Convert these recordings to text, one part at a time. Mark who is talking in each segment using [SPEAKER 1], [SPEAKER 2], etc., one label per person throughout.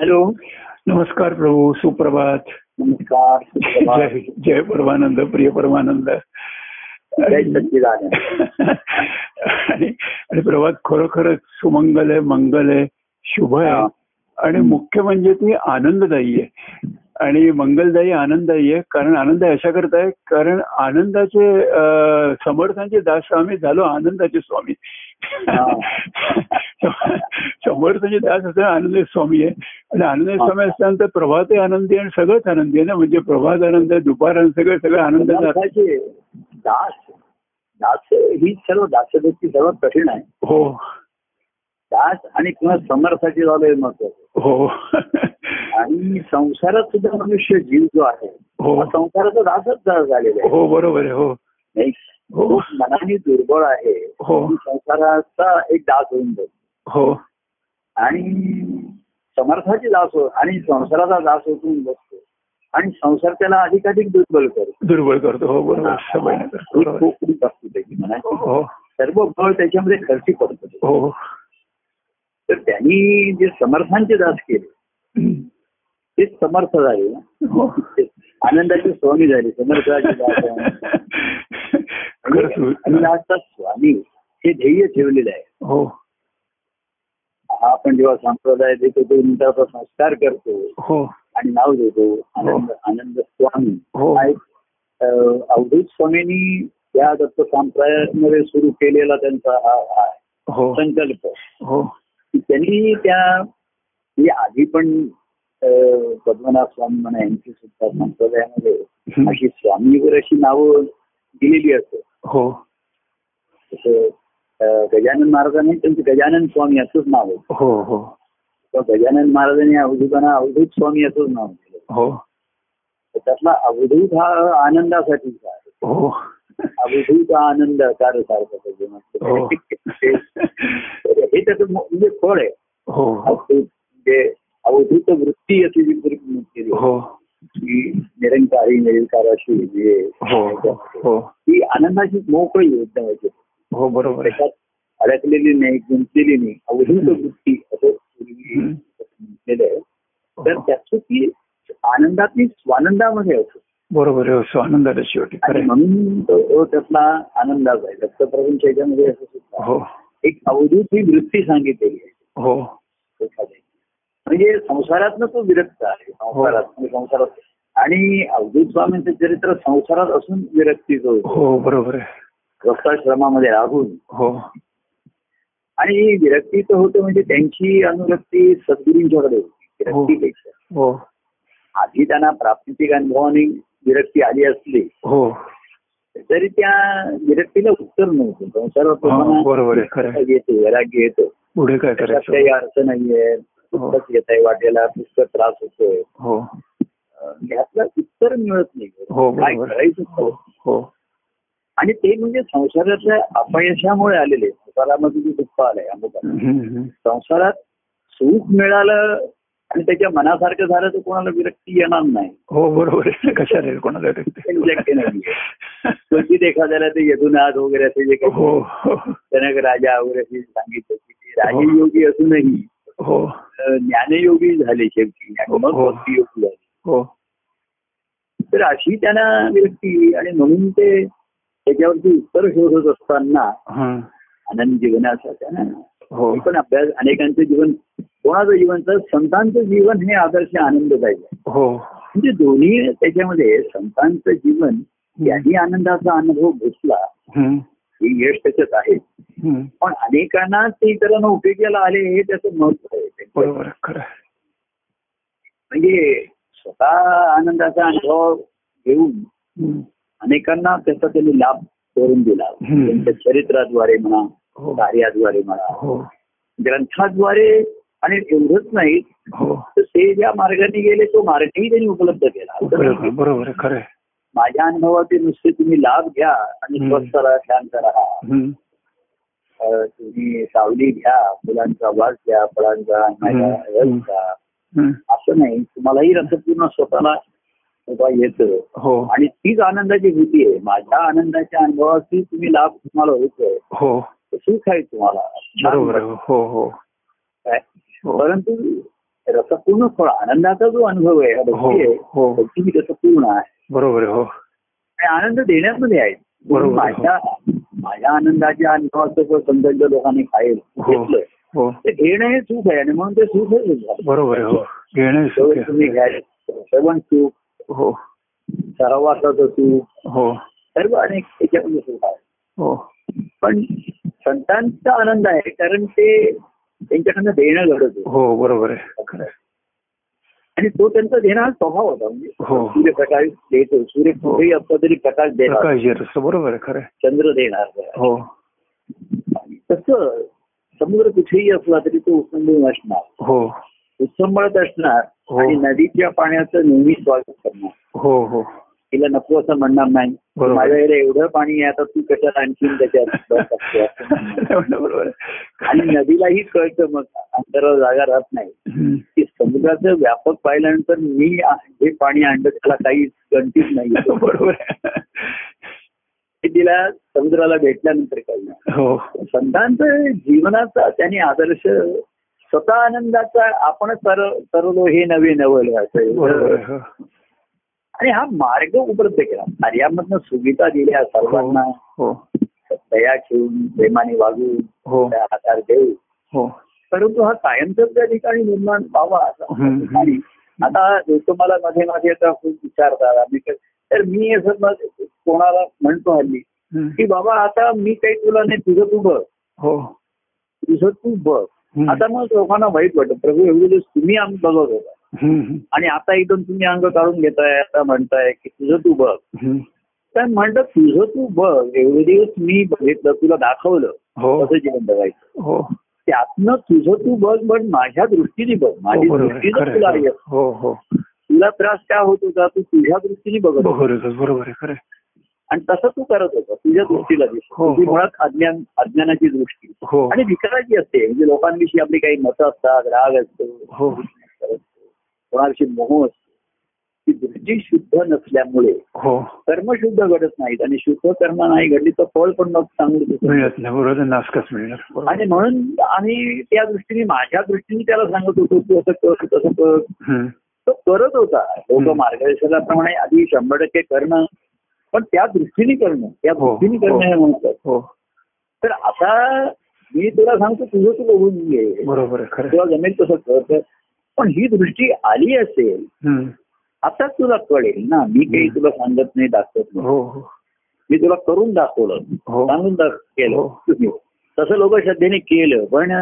[SPEAKER 1] Hello
[SPEAKER 2] नमस्कार प्रभू सुप्रभात
[SPEAKER 1] नमस्कार सुप्रभात.
[SPEAKER 2] जय जय परमानंद प्रिय परमानंद
[SPEAKER 1] जय सच्चिदानंद
[SPEAKER 2] आणि आणि प्रभात खरोखरच सुमंगल आहे मंगल आहे शुभ आहे
[SPEAKER 1] हा.
[SPEAKER 2] आणि मुख्य म्हणजे ती आनंददायी आहे आणि मंगलदायी आनंददायी आहे कारण आनंद अशा करताय कारण आनंदाचे अं, समर्थांचे दास आम्ही झालो आनंदाचे स्वामी समर्थांचे दास असताना आनंद स्वामी आहे आणि आनंद स्वामी असताना तर प्रभातही आनंदी आहे आणि सगळंच आनंदी आहे ना म्हणजे प्रभात आनंद आहे दुपार आनंद सगळं सगळं आनंदाचा
[SPEAKER 1] दासाचे दास दास ही सर्व दासवृत्ती सर्वात कठीण आहे
[SPEAKER 2] हो
[SPEAKER 1] दास आणि पुन्हा समर्थाची झालं हे महत्वाचं
[SPEAKER 2] हो
[SPEAKER 1] आणि संसारात सुद्धा मनुष्य जीव जो आहे
[SPEAKER 2] हो
[SPEAKER 1] हा संसाराचा दासच झा- झालेला आहे
[SPEAKER 2] हो बरोबर आहे हो
[SPEAKER 1] नाही
[SPEAKER 2] हो
[SPEAKER 1] तो मनाने दुर्बळ आहे
[SPEAKER 2] हो
[SPEAKER 1] संसाराचा एक दास होऊन जातो
[SPEAKER 2] हो
[SPEAKER 1] आणि समर्थाची दास हो आणि संसाराचा दास होतून बसतो आणि संसार त्याला अधिकाधिक दुर्बल करतो
[SPEAKER 2] दुर्बळ करतो हो बरोबर सवय नाही करतो.
[SPEAKER 1] एक
[SPEAKER 2] बरोबर.
[SPEAKER 1] कोकणी असते त्याची म्हणायची
[SPEAKER 2] हो
[SPEAKER 1] सर्व बळ त्याच्यामध्ये खर्ची पडतो
[SPEAKER 2] हो
[SPEAKER 1] तर त्यांनी जे समर्थांचे दास केले तेच समर्थ झाले ना
[SPEAKER 2] हो
[SPEAKER 1] ते आनंदाचे स्वामी झाले समर्थाचे दास आहे.
[SPEAKER 2] खरंच हो.
[SPEAKER 1] आनंदाचा स्वामी हे ध्येय ठेवलेलं आहे
[SPEAKER 2] हो
[SPEAKER 1] हा आपण जेव्हा संप्रदाय देतो तो नंतर संस्कार करतो
[SPEAKER 2] हो
[SPEAKER 1] आणि नाव देतो आनंद आनंद स्वामी
[SPEAKER 2] हो.
[SPEAKER 1] हा एक, अं, अवधूत स्वामींनी या दत्त संप्रदायामध्ये सुरू केलेला त्यांचा हा हा
[SPEAKER 2] हो
[SPEAKER 1] संकल्प
[SPEAKER 2] हो
[SPEAKER 1] त्यांनी त्या म्हणजे आधी पण अं, पद्मनाभ स्वामी म्हणा यांची सुद्धा संप्रदायामध्ये
[SPEAKER 2] हं.
[SPEAKER 1] अशी स्वामीवर अशी नावं दिलेली असत
[SPEAKER 2] हो
[SPEAKER 1] जसं अं, गजानन महाराजांनी त्यांचं गजानन स्वामी असंच नाव होतं
[SPEAKER 2] हो हो
[SPEAKER 1] तर गजानन महाराजांनी अवधूतांना अवधूत स्वामी असंच नाव दिलं
[SPEAKER 2] हो
[SPEAKER 1] तर त्यातला अवधूत हा आनंदासाठीचा आहे
[SPEAKER 2] हो
[SPEAKER 1] अवधूत हा आनंद कार सारखा जे
[SPEAKER 2] हो
[SPEAKER 1] म्हणतो तर हे त्याचं मु- म्हणजे फळ आहे
[SPEAKER 2] हो
[SPEAKER 1] अवधूत म्हणजे अवधूत वृत्ती अशी जी वृत्ती आहे.
[SPEAKER 2] हो
[SPEAKER 1] की निरंकारी निरंकाराशी म्हणजे
[SPEAKER 2] हो हो
[SPEAKER 1] ती आनंदाची मोकळी होत पाहिजे
[SPEAKER 2] हो बरोबर आहे
[SPEAKER 1] त्याच्यात अडकलेली नाही गुंतलेली नाही अवधूत वृत्ती असं पूर्वी
[SPEAKER 2] हं.
[SPEAKER 1] म्हटलेलं आहे तर
[SPEAKER 2] हो.
[SPEAKER 1] त्याचं ती आनंदातली स्वानंदामध्ये असतो
[SPEAKER 2] बरोबर आहे हो आनंदाला शेवटी
[SPEAKER 1] आणि
[SPEAKER 2] खरं आहे.
[SPEAKER 1] म्हणून तो तो त्यातला आनंदाच आहे दत्तप्रभूंच्या याच्यामध्ये असं सुद्धा
[SPEAKER 2] हो
[SPEAKER 1] एक अवधूत ही वृत्ती सांगितलेली आहे
[SPEAKER 2] हो
[SPEAKER 1] एखाद्या. म्हणजे संसारातनं तो विरक्त आहे संसारात म्हणजे संसारात आणि अवधूत स्वामींचं चरित्र संसारात असून विरक्तीचं होतं
[SPEAKER 2] हो बरोबर आहे
[SPEAKER 1] गृहस्थाश्रमामध्ये राहून
[SPEAKER 2] हो
[SPEAKER 1] आणि विरक्तीचं होतं म्हणजे त्यांची अनुरक्ती सद्गुरूंच्याकडे होती
[SPEAKER 2] हो.
[SPEAKER 1] विरक्तीपेक्षा
[SPEAKER 2] हो
[SPEAKER 1] आधी त्यांना प्राप्तिक अनुभवाने विरक्ती आली असली
[SPEAKER 2] हो
[SPEAKER 1] तरी त्या विरक्तीला उत्तर नव्हतं संसारात
[SPEAKER 2] हा, हो, बरोबर आहे, खरं
[SPEAKER 1] लोकांना
[SPEAKER 2] आहे.
[SPEAKER 1] येतो वैराग्य येतो
[SPEAKER 2] पुढे काय
[SPEAKER 1] त्याच्यात
[SPEAKER 2] करायचं
[SPEAKER 1] काही अर्थ नाहीये पुस्तक येत आहे वाटेला पुस्तक त्रास होतोय
[SPEAKER 2] हो
[SPEAKER 1] ह्यातलं उत्तर मिळत
[SPEAKER 2] हो,
[SPEAKER 1] नाही
[SPEAKER 2] बरोबर.
[SPEAKER 1] काय करायचं
[SPEAKER 2] हो
[SPEAKER 1] तो.
[SPEAKER 2] हो
[SPEAKER 1] आणि ते म्हणजे संसारातल्या अपयशामुळे आलेले संसारामध्ये जे दुःख आलंय अमुकाला
[SPEAKER 2] हम्म, हम्म.
[SPEAKER 1] संसारात सुख मिळालं आणि त्याच्या मनासारखं झालं तर कोणाला विरक्ती येणार नाही
[SPEAKER 2] हो बरोबर आहे कशा राहील कोणाला
[SPEAKER 1] Exactly
[SPEAKER 2] नाही
[SPEAKER 1] कधी एखाद्याला ते यदुनाथ वगैरे असे जे काही
[SPEAKER 2] हो हो
[SPEAKER 1] जनक राजा वगैरे असे सांगितलं की ते राजयोगी असूनही
[SPEAKER 2] हो
[SPEAKER 1] अं, ज्ञानयोगी झाले शेवटी आणि मग
[SPEAKER 2] हो.
[SPEAKER 1] भक्तियोगी झाले
[SPEAKER 2] हो
[SPEAKER 1] तर अशी त्यांना विरक्ती आणि म्हणून ते त्याच्यावरती उत्तर शोधत असताना
[SPEAKER 2] हं.
[SPEAKER 1] आनंद जीवनाचा त्यांना
[SPEAKER 2] हो
[SPEAKER 1] हे पण अभ्यास अनेकांचं जीवन कोणाचं जीवन तर संतांचं जीवन हे आदर्श आनंददायी आहे
[SPEAKER 2] हो
[SPEAKER 1] म्हणजे दोन्ही त्याच्यामध्ये संतांचं जीवन याही आनंदाचा अनुभव घेतला
[SPEAKER 2] हं.
[SPEAKER 1] हे यश त्याच्यात आहे
[SPEAKER 2] हं.
[SPEAKER 1] पण अनेकांना ते इतरांना उपयोगाला आले हे त्याचं महत्व आहे
[SPEAKER 2] बरोबर आहे, खरं आहे.
[SPEAKER 1] म्हणजे स्वतः आनंदाचा अनुभव घेऊन
[SPEAKER 2] हं.
[SPEAKER 1] अनेकांना त्याचा त्यांनी लाभ करून दिला
[SPEAKER 2] हम्म.
[SPEAKER 1] त्यांच्या चरित्राद्वारे म्हणा
[SPEAKER 2] हो
[SPEAKER 1] कार्याद्वारे म्हणा
[SPEAKER 2] हो
[SPEAKER 1] ग्रंथाद्वारे आणि एवढंच नाही
[SPEAKER 2] हो
[SPEAKER 1] तर ते ज्या मार्गाने गेले तो मार्गही त्यांनी उपलब्ध केला असं नाही
[SPEAKER 2] हो, बरोबर
[SPEAKER 1] की
[SPEAKER 2] बरोबर आहे, खरं आहे.
[SPEAKER 1] माझ्या अनुभवाचे नुसते तुम्ही लाभ घ्या आणि
[SPEAKER 2] हम्म.
[SPEAKER 1] स्वस्थ राहा शांत राहा
[SPEAKER 2] हं.
[SPEAKER 1] अं, तुम्ही सावली घ्या फुलांचा वास घ्या फळांचा अन्नाचा
[SPEAKER 2] हम्म.
[SPEAKER 1] रस घ्या
[SPEAKER 2] हं.
[SPEAKER 1] असं नाही तुम्हालाही रसपूर्ण स्वतःला उभा येतं
[SPEAKER 2] हो
[SPEAKER 1] आणि तीच आनंदाची भीती आहे माझ्या आनंदाच्या अनुभवाची तुम्ही लाभ तुम्हाला होतोय
[SPEAKER 2] हो
[SPEAKER 1] सुख आहे तुम्हाला
[SPEAKER 2] बरोबर आहे. हो हो
[SPEAKER 1] काय?
[SPEAKER 2] हो
[SPEAKER 1] परंतु रसपूर्ण फळ आनंदाचा जो अनुभव आहे हा भक्ती आहे
[SPEAKER 2] हो, हो.
[SPEAKER 1] भक्ती ही रसपूर्ण आहे
[SPEAKER 2] बरोबर आहे हो
[SPEAKER 1] आणि आनंद देण्यामध्ये आहे
[SPEAKER 2] बरोबर.
[SPEAKER 1] माझ्या माझ्या आनंदाच्या अनुभवाचं संदर्भ लोकांनी खाईल घेतलं
[SPEAKER 2] हो
[SPEAKER 1] ते घेणं हे सुख आहे आणि म्हणून ते सुख हे सुख आहे.
[SPEAKER 2] बरोबर आहे हो घेणं
[SPEAKER 1] जेवढे
[SPEAKER 2] शक्य
[SPEAKER 1] तुम्ही घ्याल श्रवण सुख
[SPEAKER 2] हो
[SPEAKER 1] सरावासाचं सुख
[SPEAKER 2] हो
[SPEAKER 1] सर्व अनेक याच्यामध्ये सुख आहे
[SPEAKER 2] हो
[SPEAKER 1] पण संतांचा आनंद आहे कारण ते त्यांच्याकडनं देणं घडत होतं.
[SPEAKER 2] हो बरोबर आहे खरं आहे.
[SPEAKER 1] आणि तो त्यांचा देणं हा स्वभाव होता म्हणजे
[SPEAKER 2] हो.
[SPEAKER 1] सूर्यप्रकाश देतो सूर्य
[SPEAKER 2] हो.
[SPEAKER 1] कुठेही असला तरी प्रकाश देणार
[SPEAKER 2] प्रकाश येत असतो बरोबर आहे खरं आहे.
[SPEAKER 1] चंद्र देणार
[SPEAKER 2] हो
[SPEAKER 1] तसं समुद्र कुठेही असला तरी तो उचंबून असणार
[SPEAKER 2] हो
[SPEAKER 1] उत्संबळत असणार
[SPEAKER 2] हो.
[SPEAKER 1] आणि नदीच्या पाण्याचं नेहमी स्वागत करणार
[SPEAKER 2] हो हो
[SPEAKER 1] तिला नको असं म्हणणार नाही
[SPEAKER 2] बरोबर.
[SPEAKER 1] माझ्याकडे एवढं पाणी आहे आता तू कशाला आणखीन त्याच्यात बस असते असं म्हणणार.
[SPEAKER 2] बरोबर आहे.
[SPEAKER 1] आणि नदीलाही कळतं मग अंतरावर जागा राहत नाही
[SPEAKER 2] हम्म.
[SPEAKER 1] की समुद्राचं व्यापक पाहिल्यानंतर मी आ- जे पाणी आणलं त्याला काही गणतीच नाही
[SPEAKER 2] बरोबर आहे.
[SPEAKER 1] ते तिला समुद्राला भेटल्यानंतर कळणार
[SPEAKER 2] हो
[SPEAKER 1] संतांचं जीवनाचा त्यांनी आदर्श स्वतः आनंदाचा आपण सर सरलो हे नवे नवल असं
[SPEAKER 2] बरोबर आहे
[SPEAKER 1] एवढं.
[SPEAKER 2] हो.
[SPEAKER 1] आणि हा मार्ग उपलब्ध केला कार्यामधनं सुविधा दिल्या सर्वांना
[SPEAKER 2] हो
[SPEAKER 1] दया ठेवून प्रेमाने वागून
[SPEAKER 2] हो
[SPEAKER 1] त्या आकार देऊ
[SPEAKER 2] हो
[SPEAKER 1] परंतु हा कायमच त्या ठिकाणी निर्माण व्हावा असा
[SPEAKER 2] हम्म, हम्म.
[SPEAKER 1] आणि आता लोक मला मध्ये मध्ये आता खूप विचारतात आम्ही काय- तर मी असं मग कोणाला म्हणतो हल्ली
[SPEAKER 2] हम्म.
[SPEAKER 1] की बाबा आता मी काही तुला नाही तुझं तू बघ
[SPEAKER 2] हो
[SPEAKER 1] तुझं तू बघ
[SPEAKER 2] हम्म.
[SPEAKER 1] आता मग लोकांना वाईट वाटत प्रभू एवढे दिवस तुम्ही आम्ही बघत होता
[SPEAKER 2] हम्म.
[SPEAKER 1] आणि आता एकदम तुम्ही अंग काढून घेताय आता म्हणताय की तुझं तू बघ
[SPEAKER 2] हम्म.
[SPEAKER 1] तर म्हणतं तुझं तू बघ एवढे दिवस मी बघितलं तुला दाखवलं
[SPEAKER 2] हो
[SPEAKER 1] कसं जीवन जगायचं
[SPEAKER 2] हो
[SPEAKER 1] त्यातनं तुझं तू बघ पण माझ्या दृष्टीने बघ माझी
[SPEAKER 2] हो, बरोबर आहे.
[SPEAKER 1] दृष्टीनं
[SPEAKER 2] खरं
[SPEAKER 1] तुला
[SPEAKER 2] आहे.
[SPEAKER 1] आहे.
[SPEAKER 2] हो हो
[SPEAKER 1] तुला त्रास का होत होता तू तुझ्या दृष्टीने बघत होता
[SPEAKER 2] बरोबर आहे बरोबर आहे खरं आहे.
[SPEAKER 1] आणि तसं तू करत होता तुझ्या
[SPEAKER 2] हो.
[SPEAKER 1] दृष्टीला दिसत
[SPEAKER 2] हो,
[SPEAKER 1] तुझी
[SPEAKER 2] हो.
[SPEAKER 1] मुळात अज्ञान अज्ञानाची दृष्टी
[SPEAKER 2] हो
[SPEAKER 1] आणि विकाराची असते म्हणजे लोकांविषयी आपली काही मतं असतात राग असतो
[SPEAKER 2] हो
[SPEAKER 1] कोणाविषयी मोह असतो ती दृष्टी शुद्ध नसल्यामुळे
[SPEAKER 2] हो
[SPEAKER 1] कर्म शुद्ध घडत नाहीत आणि शुद्ध कर्म नाही घडली तर फळ पण मग चांगलं दिसत नाही.
[SPEAKER 2] मिळत नाही बरोबर आहे. नासकाच मिळणार बरोबर आहे.
[SPEAKER 1] आणि म्हणून आम्ही त्या दृष्टीने माझ्या दृष्टीने त्याला सांगत होतो तू असं कर तसं कर
[SPEAKER 2] हम्म.
[SPEAKER 1] तो करत होता लोक
[SPEAKER 2] हम्म.
[SPEAKER 1] मार्गदर्शनाप्रमाणे आधी शंभर टक्के करणं पण त्या दृष्टीने करणं त्या
[SPEAKER 2] हो,
[SPEAKER 1] दृष्टीने
[SPEAKER 2] हो.
[SPEAKER 1] करणं हे म्हणतात
[SPEAKER 2] हो
[SPEAKER 1] तर आता मी तुला सांगतो तुझं तू बघून घे
[SPEAKER 2] बरोबर आहे खरं आहे.
[SPEAKER 1] तुला जमेल तसं करत पण ही दृष्टी आली असेल
[SPEAKER 2] हम्म.
[SPEAKER 1] आताच तुला कळेल ना मी काही
[SPEAKER 2] हम्म.
[SPEAKER 1] तुला सांगत नाही दाखवत नाही
[SPEAKER 2] हो हो
[SPEAKER 1] मी तुला करून दाखवलं
[SPEAKER 2] हो.
[SPEAKER 1] सांगून दाख- केलं
[SPEAKER 2] हो.
[SPEAKER 1] तसं लोक श्रद्धेने केलं पण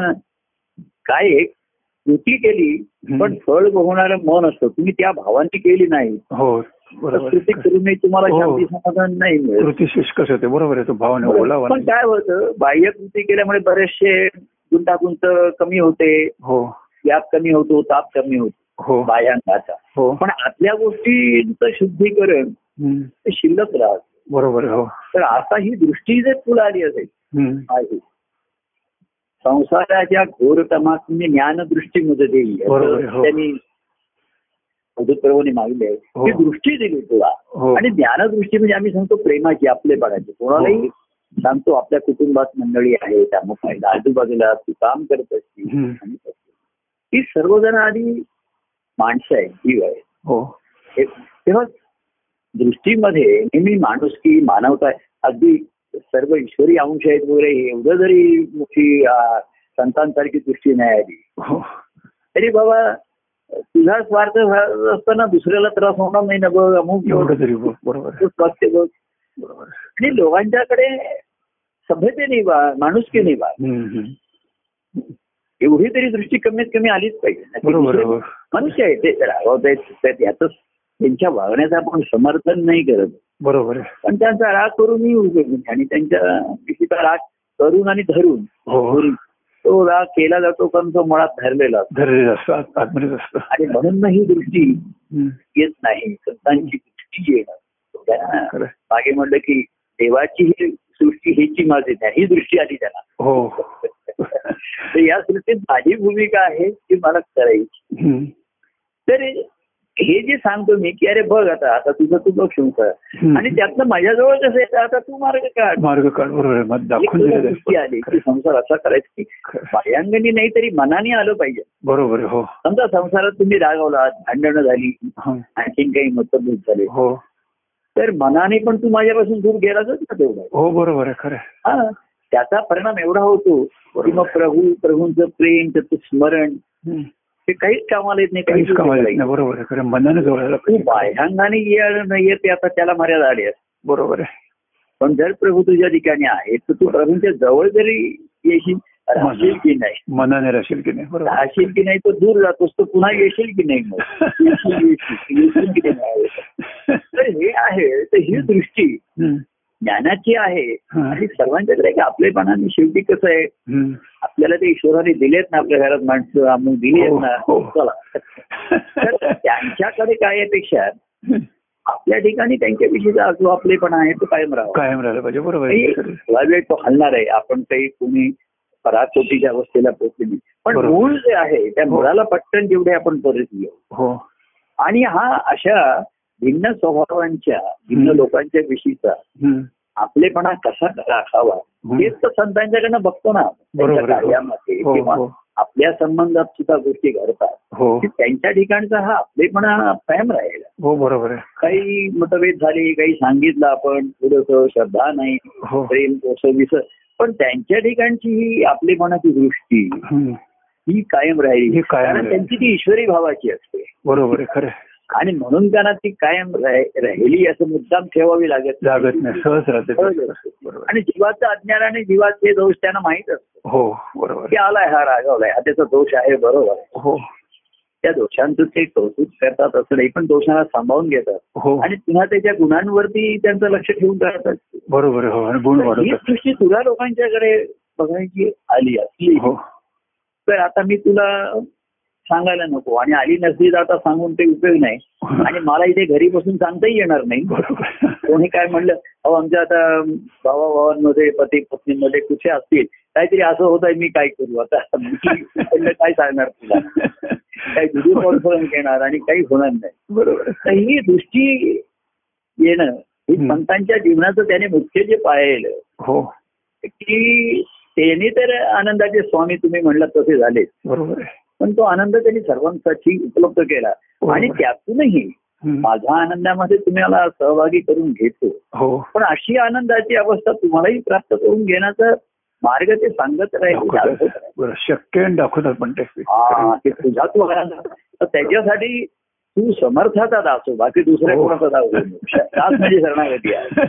[SPEAKER 1] काय आहे, कृती केली
[SPEAKER 2] हम्म.
[SPEAKER 1] पण फळ बघणारं मन असतं तुम्ही त्या भावाने केली नाही
[SPEAKER 2] हो
[SPEAKER 1] तर
[SPEAKER 2] बरोबर
[SPEAKER 1] कृती
[SPEAKER 2] आहे.
[SPEAKER 1] करूनही तुम्हाला
[SPEAKER 2] हो.
[SPEAKER 1] शांती समाधान नाही मिळत
[SPEAKER 2] कृती शुष्कच होते बरोबर आहे तो भावना ओलावा
[SPEAKER 1] पण
[SPEAKER 2] नाही.
[SPEAKER 1] काय होतं बाह्य कृती केल्यामुळे बरेचसे गुंतागुंत कमी होते
[SPEAKER 2] हो
[SPEAKER 1] व्याप कमी होतो ताप कमी होतो
[SPEAKER 2] हो
[SPEAKER 1] बाह्यांगाचा
[SPEAKER 2] हो
[SPEAKER 1] पण आतल्या गोष्टींचं शुद्धीकरण
[SPEAKER 2] हम्म.
[SPEAKER 1] ते शिल्लक राहत
[SPEAKER 2] बरोबर आहे. हो
[SPEAKER 1] तर आता ही दृष्टी जर तुला आली असेल
[SPEAKER 2] हम्म.
[SPEAKER 1] आहे संसाराच्या घोरतमात म्हणजे ज्ञानदृष्टी मध्ये देईल
[SPEAKER 2] बरोबर आहे,
[SPEAKER 1] असं
[SPEAKER 2] हो.
[SPEAKER 1] त्यांनी अवधूत प्रभूने मागले
[SPEAKER 2] हो.
[SPEAKER 1] ती दृष्टी दिली तुला
[SPEAKER 2] हो.
[SPEAKER 1] आणि ज्ञानदृष्टी म्हणजे आम्ही सांगतो प्रेमाची आपले बघायची
[SPEAKER 2] हो.
[SPEAKER 1] कोणालाही सांगतो आपल्या कुटुंबात मंडळी आहे त्यामुळे फायदा आजूबाजूला तू काम करत असतील
[SPEAKER 2] हम्म.
[SPEAKER 1] आणि तसं. ही सर्वजण आधी माणसं आहे जीव आहे
[SPEAKER 2] हो
[SPEAKER 1] हे- तेव्हा दृष्टीमध्ये नेहमी माणुसकी मानवता अगदी सर्व ईश्वरी अंश आहेत वगैरे एवढं जरी मोठी आ, संतांसारखी दृष्टी नाही आली
[SPEAKER 2] हो
[SPEAKER 1] तरी बाबा तुझा स्वार्थ झा- असताना दुसऱ्याला त्रास होणार नाही ना बघ अमुक
[SPEAKER 2] एवढं
[SPEAKER 1] बघ,
[SPEAKER 2] तरी बघ, बरोबर आहे.
[SPEAKER 1] तू स्वास्थ्य बघ
[SPEAKER 2] बरोबर आहे.
[SPEAKER 1] आणि लोकांच्याकडे सभ्यतेने बा माणुसकीने बा
[SPEAKER 2] हम्म, हम्म.
[SPEAKER 1] एवढी तरी दृष्टी कमीत कमी आलीच पाहिजे ना. ते
[SPEAKER 2] बरोबर आहे,
[SPEAKER 1] दुसरे
[SPEAKER 2] हो.
[SPEAKER 1] मनुष्य आहे ते रागवत आहेत याच त्यांच्या वागण्याचं आपण समर्थन नाही करत
[SPEAKER 2] बरोबर आहे.
[SPEAKER 1] पण त्यांचा राग करूनही उपयोग नाही आणि त्यांच्या विषयीचा राग करून आणि धरून
[SPEAKER 2] हो
[SPEAKER 1] तो राग केला जातो पण तो मुळात धरलेला असतो
[SPEAKER 2] धरलेलं असतं आत- आतमध्येच असतं
[SPEAKER 1] आणि म्हणून ना ही दृष्टी
[SPEAKER 2] हम्म.
[SPEAKER 1] येत नाही संतांची दृष्टी येणं त्यांना
[SPEAKER 2] खरं आहे.
[SPEAKER 1] मागे म्हणलं की देवाची ही सृष्टी हेची माझी नाही ही दृष्टी आली त्यांना
[SPEAKER 2] हो
[SPEAKER 1] तर या सृष्टीत माझी भूमिका आहे ती मला करायची
[SPEAKER 2] हम्म.
[SPEAKER 1] तर हे जे सांगतो मी की अरे बघ आता आता तुझं तू बक्षून कर
[SPEAKER 2] हम्म.
[SPEAKER 1] आणि त्यातनं माझ्याजवळ कसं येतं आता तू मार्ग काढ
[SPEAKER 2] मार्ग काढ बरोबर आहे. मग
[SPEAKER 1] एक
[SPEAKER 2] दाखवून
[SPEAKER 1] तुला
[SPEAKER 2] दिलेलं
[SPEAKER 1] दृष्टी
[SPEAKER 2] आहे
[SPEAKER 1] आली की संसार असा करायचा की बाह्यांगाने नाही तरी मनाने आलं पाहिजे
[SPEAKER 2] बरोबर आहे. हो
[SPEAKER 1] समजा संसारात तुम्ही रागवलात भांडणं झाली
[SPEAKER 2] हं.
[SPEAKER 1] आणखीन काही मतभेद झाले
[SPEAKER 2] हो
[SPEAKER 1] तर मनाने पण तू माझ्यापासून दूर गेलाच ना तेवढा
[SPEAKER 2] हो बरोबर आहे खरं आहे.
[SPEAKER 1] हा त्याचा परिणाम एवढा होतो की मग प्रभू प्रभूंचं प्रेम त्याचं स्मरण
[SPEAKER 2] हं.
[SPEAKER 1] ते काहीच कामाला येत नाही
[SPEAKER 2] काहीच
[SPEAKER 1] काहीच
[SPEAKER 2] कामाला
[SPEAKER 1] कामाला
[SPEAKER 2] येत नाही बरोबर आहे खरं मनाने जोडायला
[SPEAKER 1] तू
[SPEAKER 2] पाहिजे
[SPEAKER 1] बाह्यांगाने ये- न येते आता त्याला मर्यादा आली आहे.
[SPEAKER 2] बरोबर आहे
[SPEAKER 1] पण जर प्रभू तुझ्या ठिकाणी आहे तर तू प्रभूंच्या जवळ जरी येशील राहशील की नाही
[SPEAKER 2] मनाने राहशील की नाही बरोबर आहे.
[SPEAKER 1] राहशील की नाही तो दूर जातोस तो पुन्हा येशील की नाही मग येशील, येशील, येशील की नाही. तर हे आहे तर ही दृष्टी
[SPEAKER 2] हं.
[SPEAKER 1] ज्ञानाची आहे
[SPEAKER 2] हं.
[SPEAKER 1] आणि सर्वांच्याकडे की आपलेपणाने शेवटी कसं आहे
[SPEAKER 2] हं.
[SPEAKER 1] आपल्याला ते ईश्वराने दिलेत ना आपल्या घरात माणसं आम्ही दिली आहेत ना
[SPEAKER 2] हो, हो.
[SPEAKER 1] चला तर त्यांच्याकडे काय अपेक्षा आपल्या ठिकाणी त्यांच्याविषयीचा जो आपलेपणा आहे तो कायम राहावा
[SPEAKER 2] कायम राहिलं पाहिजे बरोबर आहे
[SPEAKER 1] काही
[SPEAKER 2] खरं आहे.
[SPEAKER 1] थोडा वेळ तो हलणार आहे आपण काही कुणी पराकोटीच्या अवस्थेला पोहोचले नाही पण
[SPEAKER 2] बरोबर.
[SPEAKER 1] मूळ जे आहे त्या मुळाला पटकन जेवढे आपण परत येऊ
[SPEAKER 2] हो
[SPEAKER 1] आणि हा अशा भिन्न स्वभावांच्या भिन्न
[SPEAKER 2] हम्म.
[SPEAKER 1] लोकांच्या विषयीचा
[SPEAKER 2] हं.
[SPEAKER 1] आपलेपणा कसा राखावा
[SPEAKER 2] हम्म.
[SPEAKER 1] हेच तर संतांच्याकडनं बघतो ना
[SPEAKER 2] बरोबर
[SPEAKER 1] त्यांच्या
[SPEAKER 2] आहे.
[SPEAKER 1] कार्यामध्ये
[SPEAKER 2] हो,
[SPEAKER 1] किंवा
[SPEAKER 2] हो.
[SPEAKER 1] आपल्या संबंधात सुद्धा गोष्टी घडतात
[SPEAKER 2] हो
[SPEAKER 1] की त्यांच्या ठिकाणचा हा आपलेपणा कायम राहील
[SPEAKER 2] हो बरोबर आहे
[SPEAKER 1] काही मतभेद झाले काही सांगितलं आपण थोडस श्रद्धा नाही
[SPEAKER 2] हो
[SPEAKER 1] प्रेम कसं विसर पण त्यांच्या ठिकाणची ही आपलेपणाची दृष्टी
[SPEAKER 2] हं.
[SPEAKER 1] ही कायम राहिली
[SPEAKER 2] ही कायम
[SPEAKER 1] कारण
[SPEAKER 2] राहिली.
[SPEAKER 1] त्यांची ती ईश्वरी भावाची असते
[SPEAKER 2] बरोबर आहे खरं आहे.
[SPEAKER 1] आणि म्हणून त्यांना ती कायम राह- राहिली असं मुद्दाम ठेवावी लागत नाही.
[SPEAKER 2] लागत नाही हो. सहज
[SPEAKER 1] सहज
[SPEAKER 2] राहते
[SPEAKER 1] असते. आणि जीवाचं अज्ञान आणि जीवाचे दोष त्यांना माहीत असतो
[SPEAKER 2] हो बरोबर
[SPEAKER 1] की आलाय हा रागावलाय हा त्याचा दोष आहे बरोबर आहे.
[SPEAKER 2] हो
[SPEAKER 1] त्या दोषांचं ते कौतुक करतात असं नाही पण दोषांना सांभाळून घेतात
[SPEAKER 2] हो
[SPEAKER 1] आणि पुन्हा त्याच्या गुणांवरती त्यांचं लक्ष ठेवून राहतात
[SPEAKER 2] बरोबर आहे, हो आणि गुण
[SPEAKER 1] तर ही
[SPEAKER 2] वाढवतात
[SPEAKER 1] दृष्टी तुला लोकांच्याकडे बघायची आली असली
[SPEAKER 2] हो
[SPEAKER 1] तर आता मी तुला सांगायला नको आणि आली नसली तर आता सांगून काही उपयोग नाही आणि मला इथे घरी बसून सांगताही येणार नाही
[SPEAKER 2] बरोबर
[SPEAKER 1] कोणी काय म्हणलं अहो आमच्या आता भावा भावांमध्ये पती पत्नीमध्ये कुठे असतील काहीतरी असं होत आहे मी काय करू आता मी म्हणलं, काय सांगणार तुला काही व्हिडिओ कॉन्फरन्स घेणार आणि काही होणार नाही
[SPEAKER 2] बरोबर आहे.
[SPEAKER 1] तर ही दृष्टी येणं ही
[SPEAKER 2] हं.
[SPEAKER 1] संतांच्या जीवनाचं त्याने मुख्य जे पाहिलं
[SPEAKER 2] हो
[SPEAKER 1] की त्याने तर आनंदाचे स्वामी तुम्ही म्हणलात तसे झाले
[SPEAKER 2] बरोबर आहे
[SPEAKER 1] पण तो आनंद त्यांनी सर्वांसाठी उपलब्ध केला
[SPEAKER 2] बरोबर.
[SPEAKER 1] आणि त्यातूनही
[SPEAKER 2] हम्म.
[SPEAKER 1] माझ्या आनंदामध्ये तुम्हाला सहभागी करून घेतो
[SPEAKER 2] हो
[SPEAKER 1] पण अशी आनंदाची अवस्था तुम्हालाही प्राप्त करून घेण्याचा मार्ग ते सांगत राहील
[SPEAKER 2] दाखवतात. बरं शक्य आणि दाखवतात पण ते
[SPEAKER 1] हा ते तुझा तू आनंद तर त्याच्यासाठी तू समर्थाचा दास हो बाकी दुसऱ्या
[SPEAKER 2] हो.
[SPEAKER 1] कोणाचा दास होऊ नको. दास म्हणजे शरणागती आहे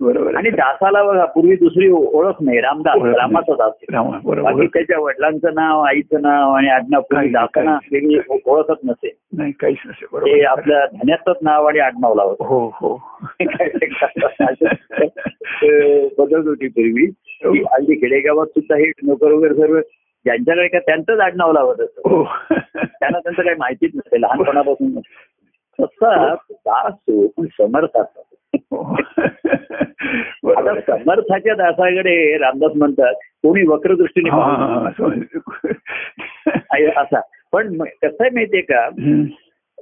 [SPEAKER 2] बरोबर आहे.
[SPEAKER 1] आणि दासाला बघा पूर्वी दुसरी ओ- ओळख नाही रामदास
[SPEAKER 2] ओळख नाही.
[SPEAKER 1] रामाचा दास आहे.
[SPEAKER 2] रामा- बरोबर
[SPEAKER 1] बाकी त्याच्या वडिलांचं नाव आईचं नाव आणि आडनाव पूर्वी
[SPEAKER 2] काही-
[SPEAKER 1] दासांना
[SPEAKER 2] काही.
[SPEAKER 1] वेगळी ओ- ओळखत नसे
[SPEAKER 2] नाही काहीच नसेल
[SPEAKER 1] ते
[SPEAKER 2] बरोबर
[SPEAKER 1] आपलं धन्यातच नाव आणि आडनाव लावत
[SPEAKER 2] हो हो
[SPEAKER 1] अं, बदल होती पूर्वी
[SPEAKER 2] हो.
[SPEAKER 1] की अगदी खेडेगावात सुद्धा हे नोकर वगैरे सर्व ज्यांच्याकडे का त्यांचंच आडनाव लावत असत
[SPEAKER 2] हो
[SPEAKER 1] त्यांना त्यांचं काही माहितीच नसते लहानपणापासून तसा दास तो पण समर्थ असतो.
[SPEAKER 2] हो.
[SPEAKER 1] आता
[SPEAKER 2] बरोबर आहे.
[SPEAKER 1] समर्थाच्या दासाकडे रामदास म्हणतात कोणी वक्र दृष्टीने
[SPEAKER 2] हा,
[SPEAKER 1] पाहून
[SPEAKER 2] हा, हा.
[SPEAKER 1] आहे असा पण म- कसं आहे माहितीये का
[SPEAKER 2] हम्म.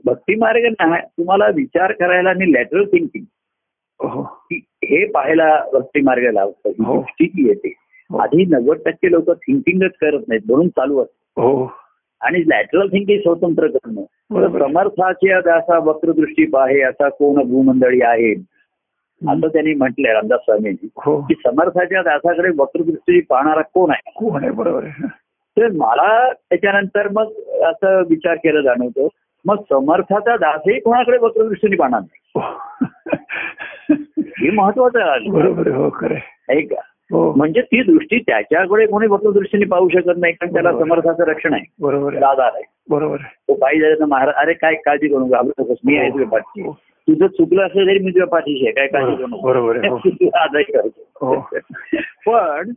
[SPEAKER 1] भक्ती मार्ग ना तुम्हाला विचार करायला आणि लॅटरल थिंकिंग
[SPEAKER 2] हो
[SPEAKER 1] हे पाहायला भक्ती मार्ग लावतो ही
[SPEAKER 2] हो.
[SPEAKER 1] दृष्टी ती येते
[SPEAKER 2] हो.
[SPEAKER 1] आधी नव्वद टक्के लोक थिंकिंगच करत नाहीत म्हणून चालू असतात
[SPEAKER 2] हो
[SPEAKER 1] आणि लॅटरल थिंकिंग स्वतंत्र करणं तर
[SPEAKER 2] बरोबर.
[SPEAKER 1] समर्थाच्या दासा वक्रदृष्टी पाहे असा कोण भूमंडळी आहे असं त्यांनी म्हटलंय रामदास स्वामींनी
[SPEAKER 2] हो
[SPEAKER 1] की समर्थाच्या दासाकडे वक्रदृष्टी पाहणारा कोण आहे
[SPEAKER 2] कोण आहे बरोबर आहे
[SPEAKER 1] तर मला त्याच्यानंतर मग असं विचार केला जाणवतो मग समर्थाचा दासही कोणाकडे वक्रदृष्टीने पाहणार नाही
[SPEAKER 2] हो.
[SPEAKER 1] हे महत्वाचं आहे
[SPEAKER 2] बरोबर आहे, हो खरं आहे.
[SPEAKER 1] नाही का
[SPEAKER 2] हो
[SPEAKER 1] म्हणजे ती दृष्टी त्याच्याकडे कोणी वक्रदृष्टीने पाहू शकत नाही कारण त्याला
[SPEAKER 2] बरोबर.
[SPEAKER 1] समर्थाचं रक्षण आहे
[SPEAKER 2] बरोबर आहे
[SPEAKER 1] दादा आहे
[SPEAKER 2] बरोबर आहे
[SPEAKER 1] तो काही झालं तर महाराज अरे काय काळजी करू नका आपलं कसं, मी आहे तुझ्या पाठीशी
[SPEAKER 2] हो.
[SPEAKER 1] तुझं चुकलं असेल तरी मी तुझ्या पाठीशी आहे काय काळजी करू
[SPEAKER 2] बरोबर बरोबर आहे, हो.
[SPEAKER 1] नका आजही करतो
[SPEAKER 2] हो.
[SPEAKER 1] पण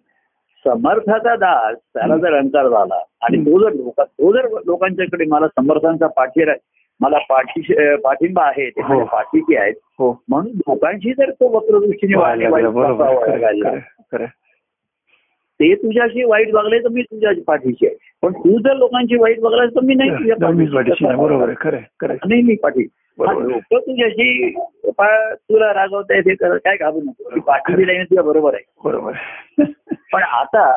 [SPEAKER 1] समर्थाचा दास त्याला जर अंकार झाला आणि तो जर लोक तो जर लोकांच्याकडे मला समर्थांचा पाठीर आहे मला पाठीशी अं, पाठिंबा आहे ते
[SPEAKER 2] हो.
[SPEAKER 1] माझ्या पाठीशी आहेत
[SPEAKER 2] हो
[SPEAKER 1] म्हणून लोकांशी जर तो वक्रदृष्टीने
[SPEAKER 2] व्हायला
[SPEAKER 1] वागला,
[SPEAKER 2] लागलं,
[SPEAKER 1] वाईट
[SPEAKER 2] बरोबर आहे,
[SPEAKER 1] वागायला
[SPEAKER 2] खरं आहे,
[SPEAKER 1] लागला,
[SPEAKER 2] खरं आहे, खरं आहे.
[SPEAKER 1] ते तुझ्याशी वाईट वागले तर मी तुझ्या पाठीशी आहे पण तू जर लोकांची वाईट बघायला तर मी नाही तुझ्या
[SPEAKER 2] मीच
[SPEAKER 1] पाठीशी.
[SPEAKER 2] वाटशी नाही बरोबर आहे खरं आहे, खरं आहे.
[SPEAKER 1] नाही मी पाठी
[SPEAKER 2] बरोबर.
[SPEAKER 1] लोक तुझ्याशी पा- तुला रागवता येते तर काय घाबरू नको ती पाठीची लाईन तुझ्या बरोबर आहे
[SPEAKER 2] बरोबर आहे.
[SPEAKER 1] पण आता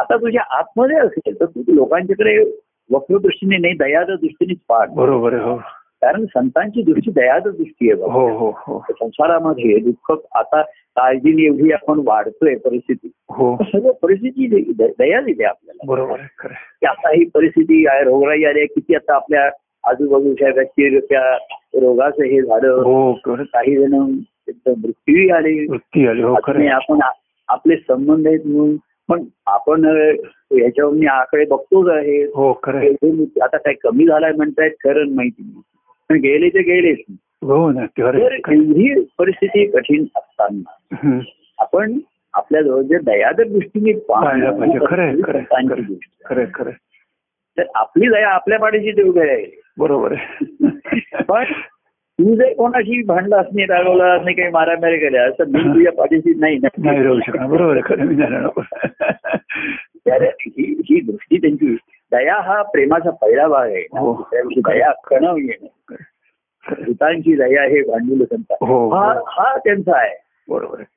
[SPEAKER 1] आता तुझ्या आतमध्ये असेल तर तू लोकांच्याकडे वक्रदृष्टीने नाही दयाद दृष्टीनेच पाठ
[SPEAKER 2] बरोबर आहे हो
[SPEAKER 1] कारण संतांची दृष्टी दयाद दृष्टी आहे बाबा
[SPEAKER 2] हो हो हो
[SPEAKER 1] संसारामध्ये दुःख आता काळजीने एवढी आपण वाढतोय परिस्थिती
[SPEAKER 2] हो
[SPEAKER 1] सर्व परिस्थिती दे- द- दया दिली आपल्याला
[SPEAKER 2] बरोबर आहे खरं आहे.
[SPEAKER 1] की आता ही परिस्थिती आहे रोगराई आली आहे किती आता आपल्या आजूबाजूच्या व्यक्ती त्या रोगाचं हे झालं
[SPEAKER 2] हो खरंच
[SPEAKER 1] काही जण त्यांचा मृत्यूही आले
[SPEAKER 2] वृत्ती आली हो खरं
[SPEAKER 1] आणि
[SPEAKER 2] आहे.
[SPEAKER 1] आपण आ- आपले संबंध आहेत म्हणून पण आपण अ, याच्यावर मी आकडे बघतोच आहे
[SPEAKER 2] हो खरं आहे.
[SPEAKER 1] एवढे मी- आता काय कमी झालाय म्हणतायत खरं माहिती नाही पण गेले ते गेलेच
[SPEAKER 2] हो ना खरं
[SPEAKER 1] तर
[SPEAKER 2] आहे. खरं
[SPEAKER 1] एवढी परिस्थिती कठीण असताना
[SPEAKER 2] आहे. हं.
[SPEAKER 1] आपण आपल्याजवळ जे दयादर दृष्टीने
[SPEAKER 2] पाहायला पाहिजे खरं आहे खरं आहे,
[SPEAKER 1] पाहण्याची
[SPEAKER 2] खरं आहे.
[SPEAKER 1] गोष्ट.
[SPEAKER 2] खरं आहे, खरं आहे.
[SPEAKER 1] तर आपली दया आपल्या पाठीशी तेवढी आहे
[SPEAKER 2] बरोबर आहे
[SPEAKER 1] पण तू जर कोणाशी भांडलास नाही रागवलास नाही काही मारामारी केल्या तर मी तुझ्या पाठीशी नाही ना.
[SPEAKER 2] नाही राहू शकणार बरोबर आहे खरं आहे, मी नाही राहणार
[SPEAKER 1] तर ही ही दृष्टी त्यांची दया हा प्रेमाचा पहिला भाग आहे
[SPEAKER 2] हो.
[SPEAKER 1] त्याविषयी दया कणव येणं भूतांची दया हे भांडुल संत
[SPEAKER 2] हो.
[SPEAKER 1] हा हा त्यांचा आहे
[SPEAKER 2] बरोबर आहे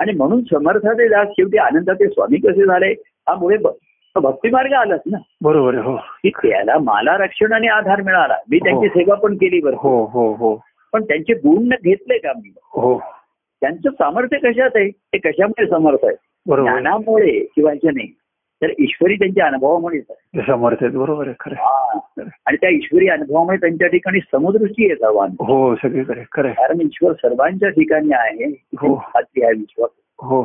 [SPEAKER 1] आणि म्हणून समर्थाचे दास शेवटी आनंदाचे स्वामी कसे झाले हा मुळे भ- भक्तिमार्ग आलाच ना
[SPEAKER 2] बरोबर आहे हो
[SPEAKER 1] की त्याला मला रक्षणाने आधार मिळाला मी त्यांची
[SPEAKER 2] हो.
[SPEAKER 1] सेवा पण केली बरं
[SPEAKER 2] हो हो हो
[SPEAKER 1] पण त्यांचे गुण न घेतले का मी
[SPEAKER 2] हो
[SPEAKER 1] त्यांचं सामर्थ्य कशात आहे ते कशामुळे समर्थ आहे
[SPEAKER 2] बरोबर आहे.
[SPEAKER 1] ज्ञानामुळे किंवा याच्याने तर ईश्वरी त्यांच्या अनुभवामुळेच आहे
[SPEAKER 2] ते समर्थ आहेत बरोबर आहे खरं आहे.
[SPEAKER 1] हा. आणि त्या ईश्वरी आनुभवामुळे त्यांच्या ठिकाणी समदृष्टी येत आव्हान
[SPEAKER 2] हो सगळीकडे खरं आहे.
[SPEAKER 1] कारण ईश्वर सर्वांच्या ठिकाणी आहे
[SPEAKER 2] हो.
[SPEAKER 1] हाती आहे विश्वास
[SPEAKER 2] हो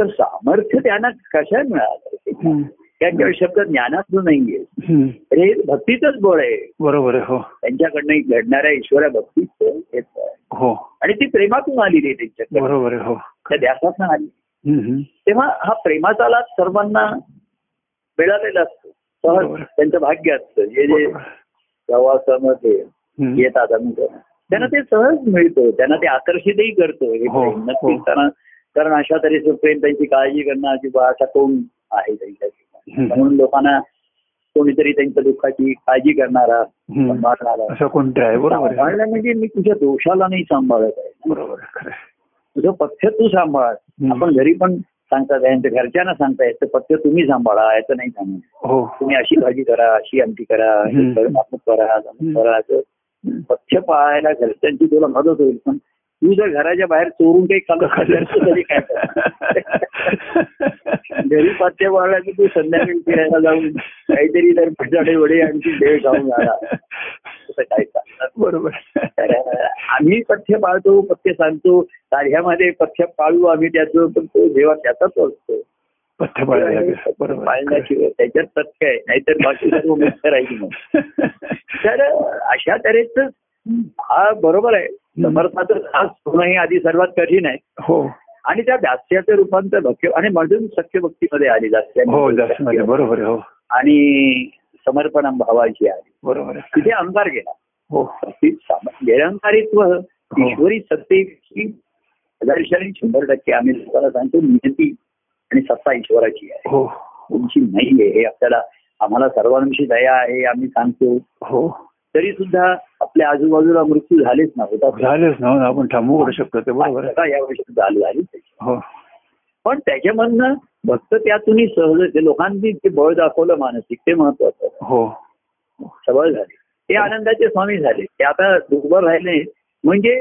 [SPEAKER 1] तर सामर्थ्य त्यांना कशा मिळालं
[SPEAKER 2] हं.
[SPEAKER 1] त्याच्यावर शब्द ज्ञानातून नाहीये
[SPEAKER 2] हं.
[SPEAKER 1] तर हे भक्तीचंच बळ आहे
[SPEAKER 2] बरोबर आहे हो
[SPEAKER 1] त्यांच्याकडनं घडणाऱ्या ईश्वरा भक्तीच हेच आहे
[SPEAKER 2] हो
[SPEAKER 1] आणि ती प्रेमातून आलेली आहे त्यांच्याकडे
[SPEAKER 2] बरोबर आहे हो
[SPEAKER 1] त्या ध्यासातून आली
[SPEAKER 2] हं, हं.
[SPEAKER 1] तेव्हा हा प्रेमाचा लाभ सर्वांना मिळालेला असतो सहज
[SPEAKER 2] बरोबर.
[SPEAKER 1] त्यांचं भाग्य असतं जे जे
[SPEAKER 2] बरोबर.
[SPEAKER 1] प्रवासामध्ये
[SPEAKER 2] हं.
[SPEAKER 1] येतात अनुक्रम त्यांना ते सहज मिळतं त्यांना ते आकर्षितही करतं हे
[SPEAKER 2] हो,
[SPEAKER 1] प्रेम. नक्कीच
[SPEAKER 2] हो.
[SPEAKER 1] कारण कारण अशा तऱ्हेचं प्रेम त्यांची काळजी करणं किंवा असा कोण आहे त्यांच्याशी
[SPEAKER 2] हं.
[SPEAKER 1] म्हणून लोकांना कोणीतरी त्यांच्या दुःखाची काळजी करणारा
[SPEAKER 2] हं.
[SPEAKER 1] सांभाळणारा
[SPEAKER 2] असं कोणतं आहे बरोबर आहे
[SPEAKER 1] सांभाळणं म्हणजे मी तुझ्या दोषाला नाही सांभाळत आहे
[SPEAKER 2] बरोबर आहे खरं आहे.
[SPEAKER 1] तुझं पथ्य तू सांभाळ
[SPEAKER 2] हं.
[SPEAKER 1] आपण घरी पण सांगतात यांच्या घरच्यांना सांगता याचं पथ्य तुम्ही सांभाळा याचं नाही सांगू
[SPEAKER 2] हो
[SPEAKER 1] तुम्ही अशी भाजी करा अशी आमटी करा हे
[SPEAKER 2] हं.
[SPEAKER 1] कर, अमुक करा अमुक करा असं पथ्य पाळायला घरच्यांची तुला मदत होईल पण तू जर घराच्या बाहेर चोरून काही खाल्लं तर तरी काय करणार? घरी पथ्य पाळला की तू संध्याकाळी फिरायला जाऊन काहीतरी तर भटाडे वडे आणखी भेळ खाऊन आला असं काय चालणार?
[SPEAKER 2] बरोबर
[SPEAKER 1] तर आम्ही पथ्य पाळतो पथ्य सांगतो कार्यामध्ये पथ्य पाळू आम्ही त्याचं पण तो देवा त्याचाच असतो
[SPEAKER 2] पथ्य पाळायला लागेल बरोबर आहे.
[SPEAKER 1] पाळण्याशिवाय त्याच्यात तथ्य आहे नाहीतर बाकी सर्व मिस करायची मग तर अशा तऱ्हेच हा बरोबर आहे समर्थाचं खास होणं हे आधी सर्वात कठीण आहे
[SPEAKER 2] हो
[SPEAKER 1] आणि त्या दास्याचं रूपांतर भक्य आणि म्हणून सख्य भक्तीमध्ये आली दास्य
[SPEAKER 2] हो जास्त मध्ये बरोबर आहे हो
[SPEAKER 1] आणि समर्पण भावाची आली
[SPEAKER 2] बरोबर आहे
[SPEAKER 1] तिथे अंकार गेला
[SPEAKER 2] हो
[SPEAKER 1] भक्तीत साम- निरंकारित्व ईश्वरी सत्तेची हजारशाने शंभर टक्के आम्ही लोकांना सांगतो नियती आणि सत्ता ईश्वराची आहे
[SPEAKER 2] हो
[SPEAKER 1] तुमची नाहीये हे आपल्याला आम्हाला सर्वांविषयी दया आहे आम्ही सांगतो
[SPEAKER 2] हो
[SPEAKER 1] तरी सुद्धा आपल्या आजूबाजूला मृत्यू झालेच ना होता
[SPEAKER 2] झालेच ना हो ना, आपण थांबू करू शकतो ते बरोबर आहे
[SPEAKER 1] आता या वर्षी झाली झाली
[SPEAKER 2] हो
[SPEAKER 1] पण त्याच्यामधनं भक्त त्यातूनही सहज ते लोकांनी ते बळ दाखवलं मानसिक ते महत्वाचं आहे.
[SPEAKER 2] हो
[SPEAKER 1] सबळ झाले ते आनंदाचे स्वामी झाले ते आता दुर्बल राहिले म्हणजे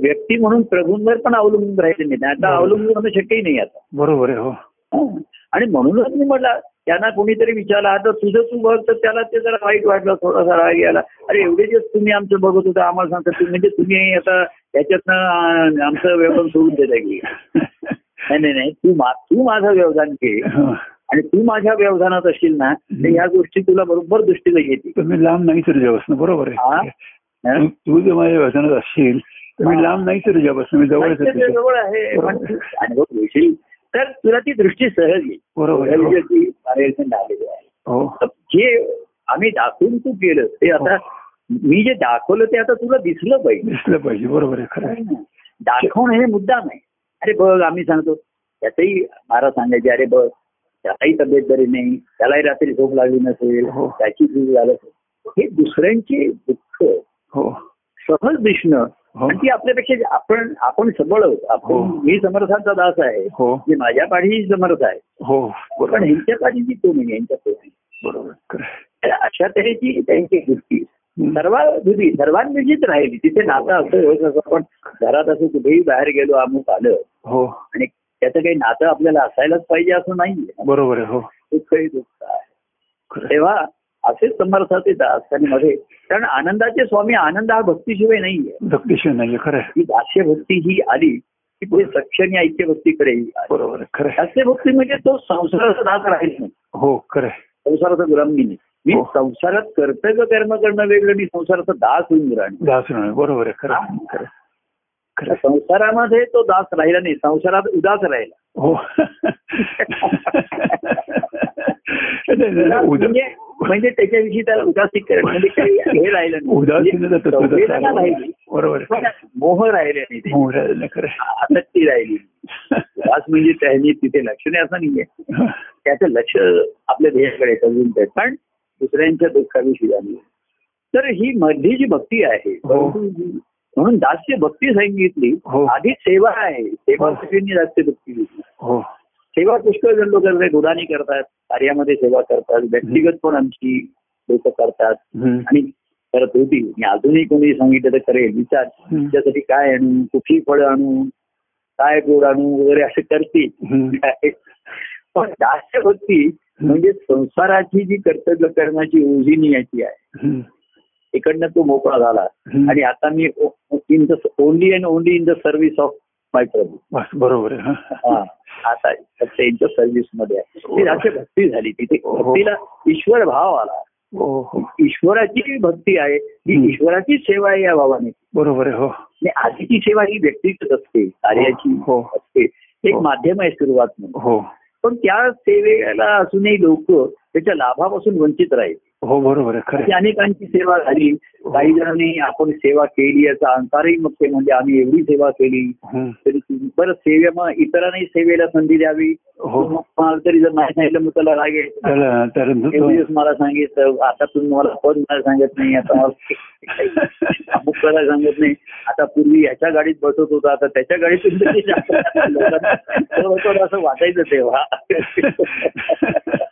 [SPEAKER 1] व्यक्ती म्हणून प्रभूंवर पण अवलंबून राहिले नाही आता
[SPEAKER 2] बरोबर.
[SPEAKER 1] अवलंबून होणं शक्यही नाही आता
[SPEAKER 2] बरोबर आहे हो
[SPEAKER 1] हं. आणि म्हणूनच मी म्हटलं त्यांना कोणीतरी विचारला आता तुझं तू बघ तर त्याला ते जरा वाईट वाटलं थोडासा राग यायला अरे एवढे दिवस तुम्ही आमचं बघत होता आम्हाला सांगता तुम्ही- म्हणजे तुम्ही आता याच्यातनं अं, आमचं व्यवधान सोडून देता की नाही नाही नाही तू मा तू माझं व्यवधान घे
[SPEAKER 2] हं.
[SPEAKER 1] आणि तू माझ्या व्यवधानात असशील ना तर ह्या गोष्टी तुला बरोबर दृष्टीला येतील
[SPEAKER 2] तुम्ही लांब नाही तुझ्यापासून बरोबर
[SPEAKER 1] हा?
[SPEAKER 2] आहे
[SPEAKER 1] हं?
[SPEAKER 2] तू- तू जर माझ्या व्यसनात असशील तर
[SPEAKER 1] हा.
[SPEAKER 2] मी लांब नाही तुझ्यापासून मी जवळच आहे
[SPEAKER 1] ते
[SPEAKER 2] तुझ्या.
[SPEAKER 1] जवळ आहे पण
[SPEAKER 2] बरोबर.
[SPEAKER 1] तू अनुभव घेशील तर तुला ती दृष्टी सहज येईल
[SPEAKER 2] बरोबर आहे,
[SPEAKER 1] सहज
[SPEAKER 2] हो.
[SPEAKER 1] ती मार्गदर्शन झालेली आहे
[SPEAKER 2] हो
[SPEAKER 1] तर जे आम्ही दाखवून तू केलं ते आता
[SPEAKER 2] हो.
[SPEAKER 1] मी जे दाखवलं ते आता तुला दिसलं पाहिजे
[SPEAKER 2] दिसलं पाहिजे बरोबर आहे खरं आहे.
[SPEAKER 1] दाखवणं हे मुद्दा नाही अरे बघ आम्ही सांगतो त्यातही महाराज सांगायचे अरे बघ त्यालाही तब्येत बरी नाही त्यालाही रात्री झोप लागली नसेल
[SPEAKER 2] हो.
[SPEAKER 1] त्याची भीती झालं असेल. हे दुसऱ्यांचे दुःख
[SPEAKER 2] हो
[SPEAKER 1] सहज दिसणं
[SPEAKER 2] हो
[SPEAKER 1] आणि ती आपल्यापेक्षा जे आपण आपण सबळ आहोत
[SPEAKER 2] हो.
[SPEAKER 1] आपण मी समर्थांचा दास आहे
[SPEAKER 2] हो
[SPEAKER 1] म्हणजे माझ्या पाठीही समर्थ आहे
[SPEAKER 2] हो
[SPEAKER 1] पण
[SPEAKER 2] बरोबर
[SPEAKER 1] ह्यांच्या पाठीची तो नाही यांच्या तो नाही.
[SPEAKER 2] बरोबर खरं आहे.
[SPEAKER 1] तर अशा तऱ्हेची त्यांची वृत्ती
[SPEAKER 2] हम्म.
[SPEAKER 1] सर्वांविधी सर्वांविधीच राहिली तिथे नातं असं व्यवस्थित असं आपण घरात असं कुठेही बाहेर गेलो अमुक आलं
[SPEAKER 2] हो
[SPEAKER 1] आणि त्याचं काही नातं आपल्याला असायलाच पाहिजे असं नाही
[SPEAKER 2] बरोबर आहे हो
[SPEAKER 1] दुःखही दुःख आहे
[SPEAKER 2] खरं आहे.
[SPEAKER 1] तेव्हा असेच समर्थाचे दास आणि मध्ये कारण आनंदाचे स्वामी आनंद हा भक्तीशिवाय नाहीये
[SPEAKER 2] धक्तीशिवाय नाही खरं आहे.
[SPEAKER 1] ही दास्य भक्ती ही आली की पुढे सक्षम या ऐक्य भक्तीकडे
[SPEAKER 2] बरोबर आहे, खरं आहे.
[SPEAKER 1] दास्य भक्ती म्हणजे तो संसाराचा दास राहील नाही
[SPEAKER 2] हो खरं आहे.
[SPEAKER 1] संसाराचा गुलाम मी नाही मी
[SPEAKER 2] हो.
[SPEAKER 1] संसारात कर्तव्य कर्म करणं वेगळं मी संसाराचा दास होऊन राहणे
[SPEAKER 2] दास राहणे, बरोबर आहे खरं आहे, खरं आहे. खरं आहे.
[SPEAKER 1] संसारामध्ये तो दास राहिला नाही संसारात उदास राहिला
[SPEAKER 2] हो नाही, नाही, नाही, उदा-
[SPEAKER 1] म्हणजे म्हणजे त्याच्याविषयी त्याला उदासी करणं म्हणजे काही हे राहिलं नाही.
[SPEAKER 2] उदासीनता
[SPEAKER 1] म्हणजे
[SPEAKER 2] तत्त्वतः
[SPEAKER 1] संवेदना
[SPEAKER 2] चालू आहे.
[SPEAKER 1] राहिली.
[SPEAKER 2] बरोबर हो. आहे.
[SPEAKER 1] पण मोह राहिले नाही ते.
[SPEAKER 2] मोह राहिलं नाही, खरं आहे.
[SPEAKER 1] आसक्ती राहिली उदास म्हणजे त्यांनी तिथे लक्ष नाही असं नाहीये त्याचं लक्ष आपल्या ध्येयाकडे करून ते पण दुसऱ्यांच्या दुःखाविषयी आली तर ही मधली जी भक्ती आहे
[SPEAKER 2] हो.
[SPEAKER 1] परंतु ही- म्हणून दास्य भक्ती सांगितली
[SPEAKER 2] हो.
[SPEAKER 1] आधी सेवा आहे सेवा
[SPEAKER 2] हो.
[SPEAKER 1] सगळ्यांनी दास्य भक्ती घेतली
[SPEAKER 2] हो
[SPEAKER 1] सेवा पुष्कळ जण लोक करतात गुणाने करतात कार्यामध्ये सेवा करतात व्यक्तिगत पण आमची लोक करतात
[SPEAKER 2] हम्म.
[SPEAKER 1] आणि करत होती मी अजूनही कोणी सांगितलं तर करेल विचार
[SPEAKER 2] हम्म.
[SPEAKER 1] त्याच्यासाठी काय आणू कुठली फळं आणू काय गोड आणू वगैरे असे करतील
[SPEAKER 2] हम्म.
[SPEAKER 1] पण दास्य भक्ती म्हणजे संसाराची जी कर्तव्य करण्याची उजीनी याची आहे
[SPEAKER 2] हम्म.
[SPEAKER 1] इकडनं तो मोकळा झाला
[SPEAKER 2] हम्म.
[SPEAKER 1] आणि आता मी in the only and only in the service of my प्रभू
[SPEAKER 2] बस, बरोबर आहे हा.
[SPEAKER 1] हा, आता फक्त यांच्या सर्व्हिस मध्ये आहे ती दास्य भक्ती झाली तिथे
[SPEAKER 2] हो.
[SPEAKER 1] भक्तीला ईश्वर भाव आला
[SPEAKER 2] हो हो
[SPEAKER 1] ईश्वराची जी भक्ती आहे ती
[SPEAKER 2] हम्म.
[SPEAKER 1] ईश्वराची सेवा आहे या भावाने
[SPEAKER 2] बरोबर आहे हो
[SPEAKER 1] आणि आधीची सेवा ही व्यक्तीच असते कार्याची
[SPEAKER 2] हो.
[SPEAKER 1] असते एक
[SPEAKER 2] हो.
[SPEAKER 1] माध्यम आहे सुरुवात म्हणून
[SPEAKER 2] हो
[SPEAKER 1] पण त्या सेवेला असूनही लोक त्याच्या लाभापासून वंचित राहील
[SPEAKER 2] हो बरोबर आहे खरं
[SPEAKER 1] अशी
[SPEAKER 2] आहे.
[SPEAKER 1] अनेकांची सेवा झाली काही जणांनी आपण सेवा केली याचा अंतरही मग ते म्हणजे आम्ही एवढी सेवा केली
[SPEAKER 2] हम्म.
[SPEAKER 1] तरी ती- बरं सेवे मग इतरांनाही सेवेला संधी द्यावी
[SPEAKER 2] हो.
[SPEAKER 1] मग मला तरी जर नाही सांगितलं मग त्याला लागेल
[SPEAKER 2] त्याला त्याला
[SPEAKER 1] एवढी
[SPEAKER 2] नृत्य-
[SPEAKER 1] दिवस मला सांगितलं आता तुम्ही मला पण मला सांगत नाही आता मला अमुक करायला सांगत नाही आता पूर्वी याच्या गाडीत बसत होता आता त्याच्या गाडीत तुम्ही लोकांना बसवलं असं वाटायचं तेव्हा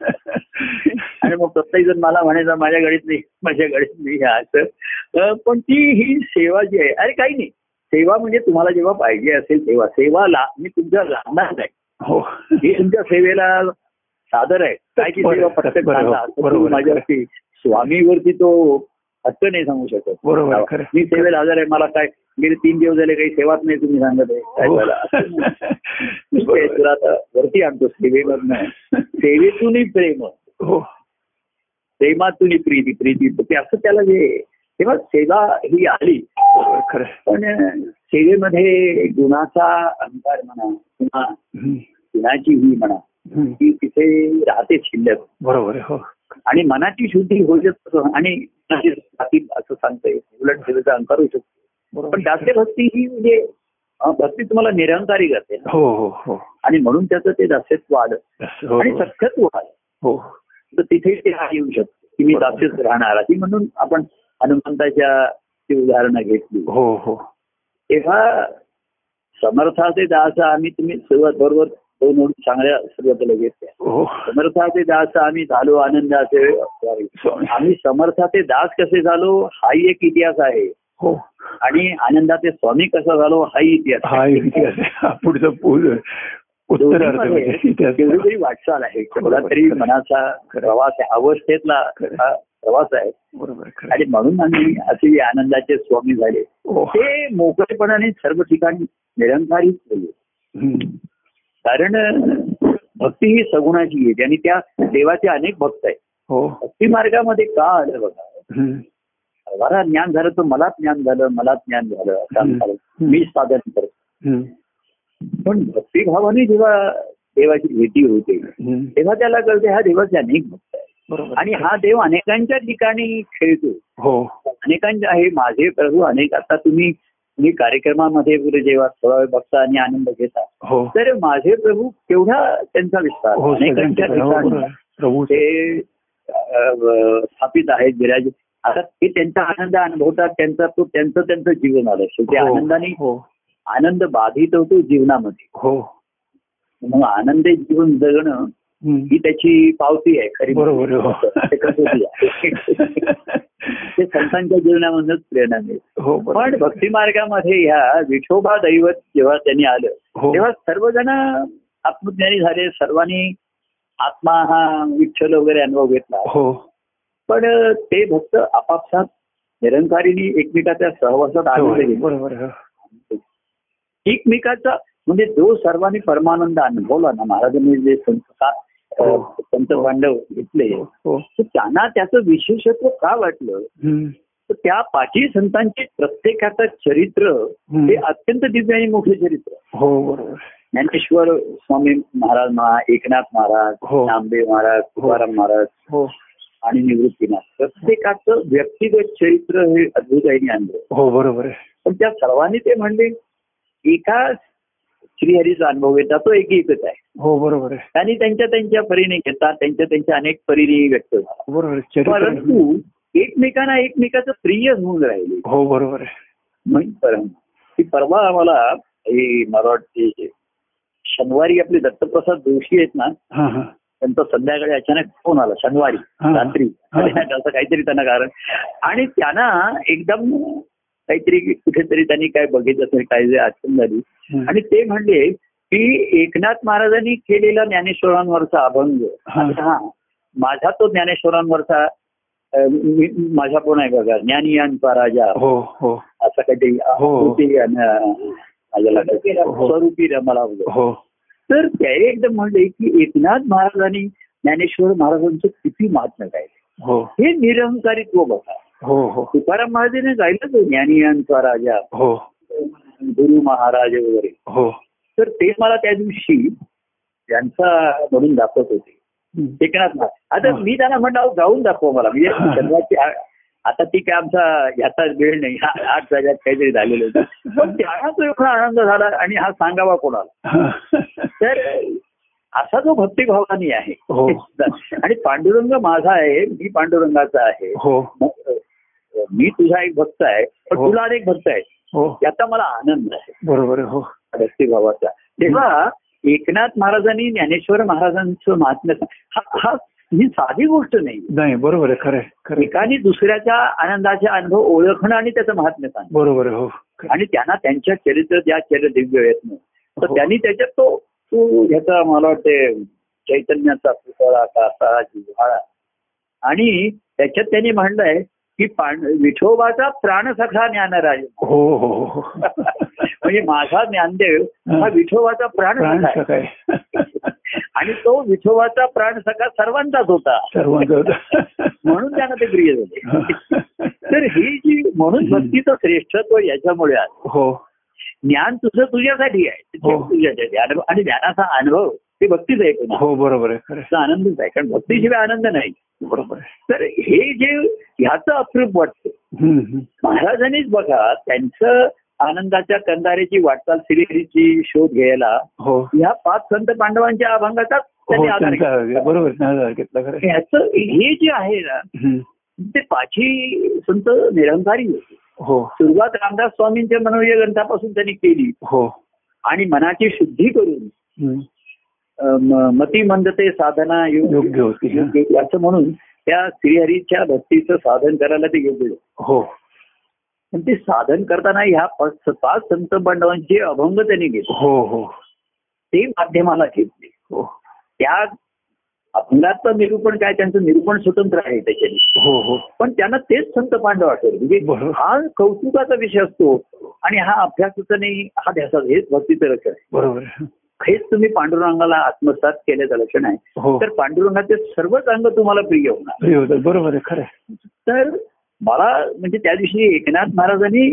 [SPEAKER 1] आणि मग प्रत्येक जण मला म्हणायचा माझ्या गाडीत नाही माझ्या गाडीत नाही हा असं अं, पण ती ही सेवा जी आहे अरे काही नाही सेवा म्हणजे तुम्हाला जेव्हा पाहिजे असेल तेव्हा सेवा ला मी तुमच्या लागणार नाही
[SPEAKER 2] हो
[SPEAKER 1] हे तुमच्या सेवेला सादर आहे काय की
[SPEAKER 2] बरोबर,
[SPEAKER 1] सेवा प्रत्येक
[SPEAKER 2] बरोबर,
[SPEAKER 1] सांगा.
[SPEAKER 2] बरोबर,
[SPEAKER 1] तुम्ही
[SPEAKER 2] खरं.
[SPEAKER 1] माझ्यावरती स्वामीवरती तो हक्क नाही सांगू शकत
[SPEAKER 2] बरोबर, खरं.
[SPEAKER 1] मी सेवेला हजर आहे मला काय गेले तीन दिवस झाले काही सेवाच नाही तुम्ही सांगत आहे काय
[SPEAKER 2] हो.
[SPEAKER 1] झालं? असं नाही. मी
[SPEAKER 2] बरोबर.
[SPEAKER 1] तुला आता वरती आणतो सेवेवर सेवेतूनही प्रेम
[SPEAKER 2] हो
[SPEAKER 1] प्रेमातून प्रीती प्रीती ते असं त्याला जे तेव्हा सेवा ही आली
[SPEAKER 2] बरोबर, खरं आहे.
[SPEAKER 1] पण सेवेमध्ये गुणाचा अहंकार म्हणा किंवा
[SPEAKER 2] हम्म.
[SPEAKER 1] गुणाची ही म्हणा
[SPEAKER 2] हम्म.
[SPEAKER 1] ती तिथे राहते शिल्लक
[SPEAKER 2] बरोबर आहे हो
[SPEAKER 1] आणि मनाची शुद्धी होईलच असं आणि मनाची राहतील असं सांगता येईल उलट सेवेचा अंकार होऊ शकतो पण
[SPEAKER 2] बरोबर
[SPEAKER 1] दास्य भक्ती ही म्हणजे अं, भक्ती तुम्हाला निरंकारी करते ना.
[SPEAKER 2] हो हो हो
[SPEAKER 1] आणि म्हणून त्याचं ते दास्यत्व आलं
[SPEAKER 2] तसं, हो
[SPEAKER 1] आणि
[SPEAKER 2] हो.
[SPEAKER 1] सख्यत्व आलं
[SPEAKER 2] हो
[SPEAKER 1] तर तिथे ते हा येऊ शकतो की मी दास्यच राहणार आधी म्हणून आपण हनुमंताच्या ती उदाहरणं घेतली
[SPEAKER 2] हो हो
[SPEAKER 1] तेव्हा समर्थाचे दास आम्ही तुम्ही सुरुवात बरोबर दोन ओळी चांगल्या सुरुवातीला घेतल्या
[SPEAKER 2] हो
[SPEAKER 1] समर्थाचे दास आम्ही झालो आनंदाचे वारी.
[SPEAKER 2] स्वामी
[SPEAKER 1] आम्ही समर्थाचे दास कसे झालो हाही एक इतिहास आहे
[SPEAKER 2] हो
[SPEAKER 1] आणि आनंदाचे स्वामी कसा झालो हाही इतिहास आहे.
[SPEAKER 2] हा इतिहास आहे. हा पुढचा पु- उत्तरार्ध
[SPEAKER 1] दोन्हीमध्ये
[SPEAKER 2] म्हणजे इतिहास
[SPEAKER 1] एवढी तरी वाटचाल आहे तेवढा
[SPEAKER 2] बरोबर,
[SPEAKER 1] तरी
[SPEAKER 2] खरं.
[SPEAKER 1] मनाचा
[SPEAKER 2] खरं.
[SPEAKER 1] प्रवास आहे अवस्थेतला
[SPEAKER 2] खरं.
[SPEAKER 1] हा प्रवास आहे
[SPEAKER 2] बरोबर खरं आहे.
[SPEAKER 1] आणि म्हणून आम्ही असे जे आनंदाचे स्वामी झाले
[SPEAKER 2] हो
[SPEAKER 1] ते मोकळेपणाने सर्व ठिकाणी निरंकारीच झाले
[SPEAKER 2] हम्म.
[SPEAKER 1] कारण भक्ती ही सगुणाची आहे आणि त्या देवाचे अनेक भक्त आहेत
[SPEAKER 2] हो
[SPEAKER 1] भक्ती मार्गामध्ये का आलं बघा
[SPEAKER 2] हम्म.
[SPEAKER 1] मला ज्ञान झालं तर मला ज्ञान झालं मला ज्ञान झालं असं
[SPEAKER 2] हम्म.
[SPEAKER 1] आलं. मी साधन करतो
[SPEAKER 2] हम्म.
[SPEAKER 1] पण भक्तिभावाने जेव्हा देवाची भेटी होते
[SPEAKER 2] हम्म.
[SPEAKER 1] तेव्हा त्याला कळते हा देवाचे अनेक भक्त आहे
[SPEAKER 2] बरोबर
[SPEAKER 1] आणि हा देव अनेकांच्या ठिकाणी खेळतो
[SPEAKER 2] हो
[SPEAKER 1] अनेकांच्या हे माझे प्रभू अनेक आता तुम्ही तुम्ही कार्यक्रमामध्ये वगैरे जेव्हा थोडा वेळ बघता आणि आनंद घेता
[SPEAKER 2] हो
[SPEAKER 1] तर माझे प्रभू केवढा त्यांचा विस्तार
[SPEAKER 2] हो
[SPEAKER 1] अनेकांच्या
[SPEAKER 2] सगळ्यांच्या
[SPEAKER 1] ठिकाणी
[SPEAKER 2] बरोबर. प्रभू
[SPEAKER 1] ते अं, स्थापित आहेत विराज आता ते त्यांचा आनंद अनुभवतात त्यांचा तो त्यांचं त्यांचं जीवन आलं शेवटी
[SPEAKER 2] हो,
[SPEAKER 1] आनंदाने
[SPEAKER 2] हो
[SPEAKER 1] आनंद बाधित होतो जीवनामध्ये
[SPEAKER 2] हो
[SPEAKER 1] म्हणून आनंदी जीवन जगणं
[SPEAKER 2] हम्म.
[SPEAKER 1] ही त्याची पावती आहे खरी
[SPEAKER 2] बरोबर
[SPEAKER 1] म्हणजे.
[SPEAKER 2] हो.
[SPEAKER 1] ते कसोटी आहे. ते संतांच्या जीवनामधूनच प्रेरणा मिळते
[SPEAKER 2] हो बरोबर.
[SPEAKER 1] पण भक्ती मार्गामध्ये ह्या विठोबा दैवत जेव्हा त्यांनी आलं
[SPEAKER 2] हो
[SPEAKER 1] तेव्हा सर्वजण आत्मज्ञानी झाले सर्वांनी आत्मा हा विठ्ठल वगैरे अनुभव घेतला
[SPEAKER 2] हो
[SPEAKER 1] पण ते भक्त आपापसात निरंकारीने एकमेकाच्या सहवासात आनंद
[SPEAKER 2] हो,
[SPEAKER 1] घेतला
[SPEAKER 2] बरोबर हो.
[SPEAKER 1] एकमेकाचा म्हणजे जो सर्वांनी परमानंद अनुभवला ना महाराजांनी जे संत सात, अं,
[SPEAKER 2] हो.
[SPEAKER 1] संत पांडव घेतले
[SPEAKER 2] हो, हो
[SPEAKER 1] तर त्यांना त्याचं विशेषत्व का वाटलं
[SPEAKER 2] हम्म.
[SPEAKER 1] तर त्या पाठी संतांचे प्रत्येकाचं चरित्र
[SPEAKER 2] हम्म.
[SPEAKER 1] हे अत्यंत दिव्य आणि मोठे चरित्र
[SPEAKER 2] हो बरोबर
[SPEAKER 1] ज्ञानेश्वर स्वामी महाराज महा एकनाथ महाराज
[SPEAKER 2] हो.
[SPEAKER 1] नामदेव महाराज तुकाराम महाराज
[SPEAKER 2] हो
[SPEAKER 1] आणि निवृत्तीनाथ प्रत्येकाचं व्यक्तिगत चरित्र हे अद्भुत आहे आणलं
[SPEAKER 2] हो बरोबर आहे.
[SPEAKER 1] पण त्या सर्वांनी ते म्हणले एका श्रीहरीचा अनुभव घेता तो एक एकच आहे
[SPEAKER 2] हो बरोबर आहे
[SPEAKER 1] आणि त्यांच्या त्यांच्या परीने घेतात त्यांच्या त्यांच्या अनेक परीने व्यक्त झाला
[SPEAKER 2] बरोबर आहे. चरित्र
[SPEAKER 1] परंतु एकमेकांना एकमेकाचं प्रिय होऊन राहिले
[SPEAKER 2] हो बरोबर आहे
[SPEAKER 1] म्हणून परम की परवा आम्हाला हे मला वाटते शनिवारी आपले दत्तप्रसाद जोशी आहेत ना
[SPEAKER 2] हा हा
[SPEAKER 1] त्यांचा संध्याकाळी अचानक फोन आला शनिवारी
[SPEAKER 2] हा.
[SPEAKER 1] रात्री
[SPEAKER 2] हा.
[SPEAKER 1] असं काहीतरी त्यांना कारण आणि त्यांना एकदम काहीतरी कुठेतरी त्यांनी काय बघितलं असेल काय जे आठवण झाली
[SPEAKER 2] हम्म.
[SPEAKER 1] आणि ते म्हणले की एकनाथ महाराजांनी केलेला ज्ञानेश्वरांवरचा अभंग
[SPEAKER 2] हा.
[SPEAKER 1] हा माझा तो ज्ञानेश्वरांवरचा अं, मी- माझा पण आहे बघा ज्ञानी यांचा राजा
[SPEAKER 2] हो हो
[SPEAKER 1] असं काहीतरी
[SPEAKER 2] हो.
[SPEAKER 1] आकृती आणि, अं, माझ्या लक्षात
[SPEAKER 2] हो.
[SPEAKER 1] स्वरूपी रमाला वगैरे.
[SPEAKER 2] हो
[SPEAKER 1] तर ते एकदम म्हणले की एकनाथ महाराजांनी ज्ञानेश्वर महाराजांचं किती महात्म्य गायले
[SPEAKER 2] हो
[SPEAKER 1] हे निरंकारित्व बघा
[SPEAKER 2] हो हो
[SPEAKER 1] तुकाराम महाराजांनी गायलंच आहे, ज्ञानी यांचा राजा
[SPEAKER 2] हो
[SPEAKER 1] गुरु महाराज वगैरे
[SPEAKER 2] हो
[SPEAKER 1] तर ते मला त्या दिवशी त्यांचा म्हणून दाखवत होते
[SPEAKER 2] हम्म.
[SPEAKER 1] एकनाथ महाराज आता
[SPEAKER 2] हा.
[SPEAKER 1] मी त्यांना म्हणलं अहो, गाऊन दाखवा मला म्हणजे
[SPEAKER 2] हा.
[SPEAKER 1] शनिवारची आ- आता ती काय आमचा ह्याचा वेळ नाही हा आठ जाग्यात काहीतरी झालेलं होतं पण त्याला तो एवढा आनंद झाला आणि हा सांगावा कोणाला
[SPEAKER 2] हा.
[SPEAKER 1] तर असा जो भक्तिभावानी आहे
[SPEAKER 2] हो.
[SPEAKER 1] आणि पांडुरंग माझा आहे मी पांडुरंगाचा आहे
[SPEAKER 2] हो
[SPEAKER 1] मग मी तुझा एक भक्त आहे पण
[SPEAKER 2] हो.
[SPEAKER 1] तुला अनेक भक्त आहे
[SPEAKER 2] हो
[SPEAKER 1] याचा मला आनंद आहे
[SPEAKER 2] बरोबर आहे. हो
[SPEAKER 1] भक्तिभावाचा तेव्हा एकनाथ महाराजांनी ज्ञानेश्वर महाराजांचं महात्म्य हा हा ही साधी गोष्ट नाही
[SPEAKER 2] नाही बरोबर आहे खरं आहे, खरं आहे.
[SPEAKER 1] एकाने दुसऱ्याच्या आनंदाचा अनुभव ओळखणं आणि त्याचं महात्म्य सांगणं
[SPEAKER 2] बरोबर आहे. हो खरं आहे.
[SPEAKER 1] आणि त्यांना त्यांच्या चरित्र ज्या चरित्र दिव्य आहेत ना, तर
[SPEAKER 2] हो.
[SPEAKER 1] त्यांनी त्याच्यात तो तो ह्याचा मला वाटते चैतन्याचा पुतळा कासा जिव्हाळा आणि त्याच्यात त्यांनी म्हणलंय की पांड विठोबाचा प्राणसखा ज्ञानराज
[SPEAKER 2] हो हो हो
[SPEAKER 1] म्हणजे माझा ज्ञानदेव हा
[SPEAKER 2] हा.
[SPEAKER 1] विठोबाचा
[SPEAKER 2] प्राण
[SPEAKER 1] प्राणसखा आहे.
[SPEAKER 2] सकाय
[SPEAKER 1] आणि तो विठोबाचा प्राणसखा सर्वांचाच होता
[SPEAKER 2] सर्वांचा
[SPEAKER 1] म्हणून त्यांना ते प्रिय झाले तर ही जी म्हणून
[SPEAKER 2] हम्म.
[SPEAKER 1] भक्तीचं श्रेष्ठत्व याच्यामुळे आहे
[SPEAKER 2] हो
[SPEAKER 1] ज्ञान तुझं तुझ्यासाठी आहे ते
[SPEAKER 2] हो.
[SPEAKER 1] तुझ्यासाठी अनुभव आणि ज्ञानाचा अनुभव ते भक्तीच आहे पुन्हा
[SPEAKER 2] हो बरोबर आहे खरं आहे.
[SPEAKER 1] भक्तीचा आनंदच आहे कारण भक्तीशिवाय आनंद नाही
[SPEAKER 2] बरोबर आहे
[SPEAKER 1] तर हे जे ह्याचं अप्रूप वाटतं
[SPEAKER 2] हम्म, हम्म.
[SPEAKER 1] महाराजांनीच बघा त्यांचं आनंदाच्या कंदारेची वाटचाल श्रीहरीची शोध घ्यायला
[SPEAKER 2] हो
[SPEAKER 1] ह्या पाच संत पांडवांच्या अभंगाचा
[SPEAKER 2] हो
[SPEAKER 1] त्यांनी आधार
[SPEAKER 2] त्यांचा
[SPEAKER 1] घेतला.
[SPEAKER 2] बरोबर त्यांचा आधार घेतला खरं आहे.
[SPEAKER 1] ह्याचं हे जे आहे ना
[SPEAKER 2] हम्म.
[SPEAKER 1] ते पाची संत निरंकारी होते
[SPEAKER 2] हो
[SPEAKER 1] सुरुवात रामदास स्वामींच्या मनोय ग्रंथापासून त्यांनी केली
[SPEAKER 2] हो
[SPEAKER 1] आणि मनाची शुद्धी करून
[SPEAKER 2] हम्म.
[SPEAKER 1] अम, मती मंदते साधना योग्य
[SPEAKER 2] योग्य होती हा.
[SPEAKER 1] योग्य होती. असं म्हणून त्या श्रीहरीच्या भक्तीचं साधन करायला ते योग्य होतं.
[SPEAKER 2] हो
[SPEAKER 1] पण ते साधन करताना ह्या पाच पाच संत पांडवांचे अभंग त्यांनी घेतले
[SPEAKER 2] हो हो
[SPEAKER 1] ते माध्यमाला घेतले
[SPEAKER 2] हो
[SPEAKER 1] त्या अभंगाचं निरूपण काय त्यांचं निरूपण स्वतंत्र आहे त्याच्याने
[SPEAKER 2] हो हो
[SPEAKER 1] पण त्यांना तेच संत पांडव आठवले म्हणजे
[SPEAKER 2] बरोबर.
[SPEAKER 1] हा कौतुकाचा विषय असतो आणि हा अभ्यासाचा नाही हा ध्यासाचा हेच भक्तीचं लक्षण आहे
[SPEAKER 2] बरोबर आहे.
[SPEAKER 1] हेच तुम्ही पांडुरंगाला आत्मसात केल्याचं लक्षण आहे
[SPEAKER 2] हो
[SPEAKER 1] तर पांडुरंगाचे सर्वच अंग तुम्हाला प्रिय होणार
[SPEAKER 2] प्रिय होतं. बरोबर आहे खरं आहे.
[SPEAKER 1] तर मला म्हणजे त्या दिवशी एकनाथ महाराजांनी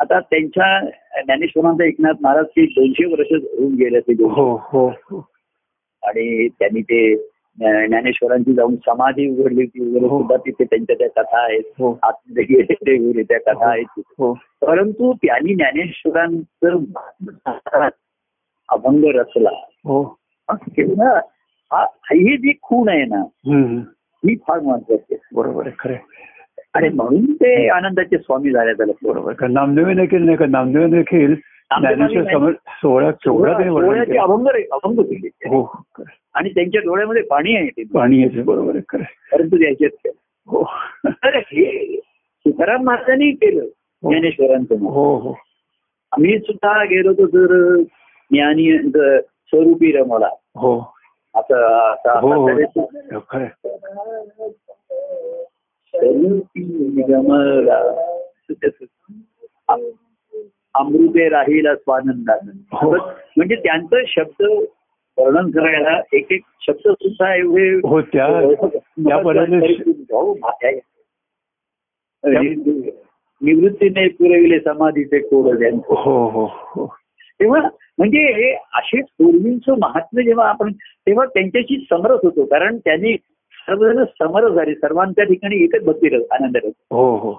[SPEAKER 1] आता त्यांच्या ज्ञानेश्वरांचा एकनाथ महाराज ते दोनशे वर्ष होऊन गेले ते
[SPEAKER 2] हो हो हो
[SPEAKER 1] आणि त्यांनी ते ज्ञा- ज्ञानेश्वरांची जाऊन समाधी उघडली होती वगैरे
[SPEAKER 2] हो.
[SPEAKER 1] सुद्धा तिथे त्यांच्या त्या कथा आहेत
[SPEAKER 2] हो
[SPEAKER 1] आत्मदेवी वगैरे त्या कथा
[SPEAKER 2] हो.
[SPEAKER 1] आहेत तिथे.
[SPEAKER 2] हो
[SPEAKER 1] परंतु त्यांनी ज्ञानेश्वरांचं अभंग रचला
[SPEAKER 2] हो
[SPEAKER 1] तेव्हा हा ही जी खूण आहे ना
[SPEAKER 2] हम्म.
[SPEAKER 1] ही फार महत्वाची आहे
[SPEAKER 2] बरोबर आहे खरं आहे.
[SPEAKER 1] आणि म्हणून ते आनंदाचे स्वामी झाले त्याला
[SPEAKER 2] बरोबर कारण नामदेव देखील नाही का नामदेव देखील ज्ञानेश्वर समोर सोळा चौदा त्यांनी वर्णन
[SPEAKER 1] डोळ्याचे
[SPEAKER 2] केलं.
[SPEAKER 1] अभंग रे- अभंग केले ते.
[SPEAKER 2] हो खरं आहे.
[SPEAKER 1] आणि त्यांच्या डोळ्यामध्ये पाणी आहे ते
[SPEAKER 2] पाणी याचे बरोबर आहे खरं आहे.
[SPEAKER 1] परंतु द्यायचे
[SPEAKER 2] हो
[SPEAKER 1] तर हे तुकाराम महाराजांनी केलं ज्ञानेश्वरांचं नाव.
[SPEAKER 2] हो हो
[SPEAKER 1] आम्ही सुद्धा गेलो होतो तर ज्ञानी ज- स्वरूपी रमला
[SPEAKER 2] हो
[SPEAKER 1] असं असं-
[SPEAKER 2] हो
[SPEAKER 1] असं
[SPEAKER 2] हो
[SPEAKER 1] त्याचं-
[SPEAKER 2] खरं आहे.
[SPEAKER 1] स्वरूपी रमला त्याचं- अमृते राहील स्वानंदानं
[SPEAKER 2] हो.
[SPEAKER 1] म्हणजे त्यांचं शब्द वर्णन करायला एक एक शब्द सुद्धा एवढे
[SPEAKER 2] हो त्या त्या पदाने
[SPEAKER 1] भाऊ, भात्या आहे. निवृत्तीने पुरविले समाधीचे कोड ज्यांचं.
[SPEAKER 2] हो हो हो
[SPEAKER 1] तेव्हा म्हणजे हे असे पूर्वींचं महात्म्य जेव्हा आपण तेव्हा त्यांच्याशी समरस होतो कारण त्यांनी सर्वजण समरस झाले सर्वांच्या ठिकाणी एकच भक्ती रस आनंद रस
[SPEAKER 2] हो हो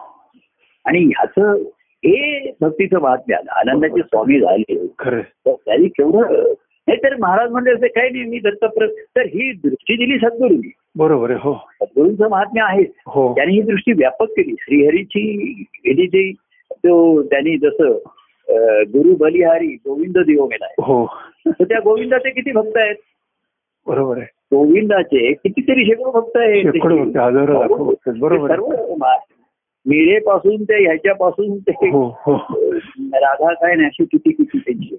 [SPEAKER 1] आणि ह्याचं हे भक्तीचं महात्म्य आलं. आनंदाचे स्वामी झाले
[SPEAKER 2] खरं आहे.
[SPEAKER 1] तर त्यांनी केवढं नाही तर महाराज म्हणजे असं काही नाही मी दत्तप्र तर ही दृष्टी दिली सद्गुरूंनी
[SPEAKER 2] बरोबर आहे हो
[SPEAKER 1] सद्गुरूंचं महात्म्य आहे
[SPEAKER 2] हो
[SPEAKER 1] त्यांनी ही दृष्टी व्यापक केली श्रीहरीची गेली जी तो त्यांनी जसं अं, गुरु बलिहारी गोविंद देव मेला
[SPEAKER 2] हो
[SPEAKER 1] तर त्या गोविंदाचे किती भक्त आहेत
[SPEAKER 2] बरोबर आहे
[SPEAKER 1] गोविंदाचे कितीतरी शेकडो भक्त आहेत हो.
[SPEAKER 2] शेकडो भक्त, हजारो, लाखो भक्त आहेत. बरोबर आहे.
[SPEAKER 1] सर्व मा- मिरेपासून ते ह्याच्यापासून ते
[SPEAKER 2] हो हो
[SPEAKER 1] राधा काय नाही अशी किती किती त्यांची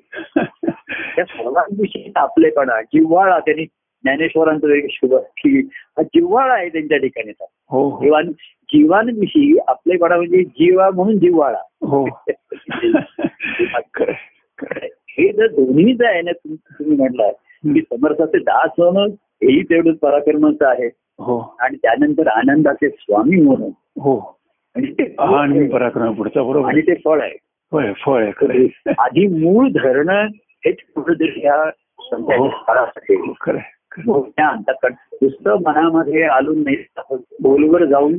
[SPEAKER 1] त्या सर्वांविषयी आपलेपणा जिव्हाळा त्यांनी ज्ञानेश्वरांचं एक शुभ की हा जिव्हाळा आहे त्यांच्या ठिकाणी
[SPEAKER 2] हो हो
[SPEAKER 1] जीवान जीवांविषयी आपलेपणा म्हणजे जीवा म्हणून जिव्हाळा
[SPEAKER 2] हो खरं आहे.
[SPEAKER 1] हे जर दोन्हीच आहे ना तुम- तुम्ही म्हणलात की समर्थाचे दास होणं हेही तेवढंच पराक्रमाचं आहे
[SPEAKER 2] हो
[SPEAKER 1] आणि त्यानंतर आनंदाचे स्वामी होणं
[SPEAKER 2] हो
[SPEAKER 1] आणि ते
[SPEAKER 2] हा आणि पराक्रम पुढचा बरोबर
[SPEAKER 1] आणि
[SPEAKER 2] आहे.
[SPEAKER 1] ते फळ आहे
[SPEAKER 2] फळ आहे, फळ आहे खरं आहे.
[SPEAKER 1] आधी मूळ धरणं हेच कुठेतरी ह्या संतांच्या
[SPEAKER 2] हो.
[SPEAKER 1] फळासाठी आहे.
[SPEAKER 2] खरं आहे, खरं आहे.
[SPEAKER 1] मोठ्या अंतकट हो, नुसतं मनामध्ये आलून नाही बोलवर जाऊन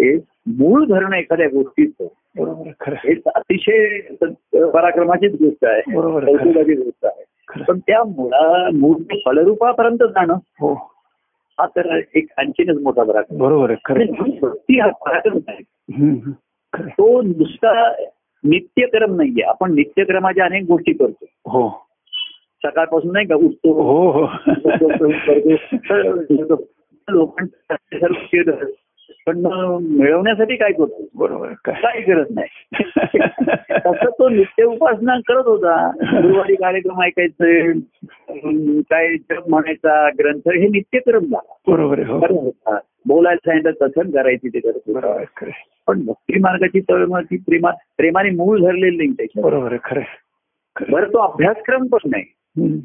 [SPEAKER 1] हे मूळ धरण एखाद्या गोष्टीचं
[SPEAKER 2] बरोबर आहे, खरं आहे.
[SPEAKER 1] हे अतिशय स- पराक्रमाचीच गोष्ट आहे
[SPEAKER 2] बरोबर आहे.
[SPEAKER 1] कौतुकाची गोष्ट आहे
[SPEAKER 2] खरं.
[SPEAKER 1] पण त्या मुळा मूळ फलरूपापर्यंत जाणं
[SPEAKER 2] हो
[SPEAKER 1] हा तर एक आणखीनच मोठा पराक्रम
[SPEAKER 2] बरोबर आहे खरं आहे.
[SPEAKER 1] आणि भक्ती हा पराक्रम आहे
[SPEAKER 2] हम्म, हम्म. खरं आहे.
[SPEAKER 1] तो नुसता नित्यक्रम नाहीये आपण नित्यक्रमाच्या अनेक गोष्टी करतो
[SPEAKER 2] हो
[SPEAKER 1] सकाळपासून नाही का उठतो
[SPEAKER 2] हो हो
[SPEAKER 1] पण मिळवण्यासाठी काय करतो
[SPEAKER 2] बरोबर आहे, काय
[SPEAKER 1] काय करत नाही तसं तो नित्य उपासना करत होता गुरुवारी कार्यक्रम ऐकायचे अं, काय जप म्हणायचा ग्रंथ हे नित्यक्रम झाला
[SPEAKER 2] बरोबर आहे हो
[SPEAKER 1] करत होता. बोलायला सांगितलं कथन करायची ते करत
[SPEAKER 2] बरोबर
[SPEAKER 1] होता
[SPEAKER 2] आहे खरं आहे.
[SPEAKER 1] पण भक्ती मार्गाची तळमळ ती प्रेमा प्रेमाने मूळ धरलेली नाही त्याच्यात
[SPEAKER 2] बरोबर आहे खरं आहे. खरं आहे.
[SPEAKER 1] बरं तो अभ्यासक्रम पण नाही
[SPEAKER 2] हम्म.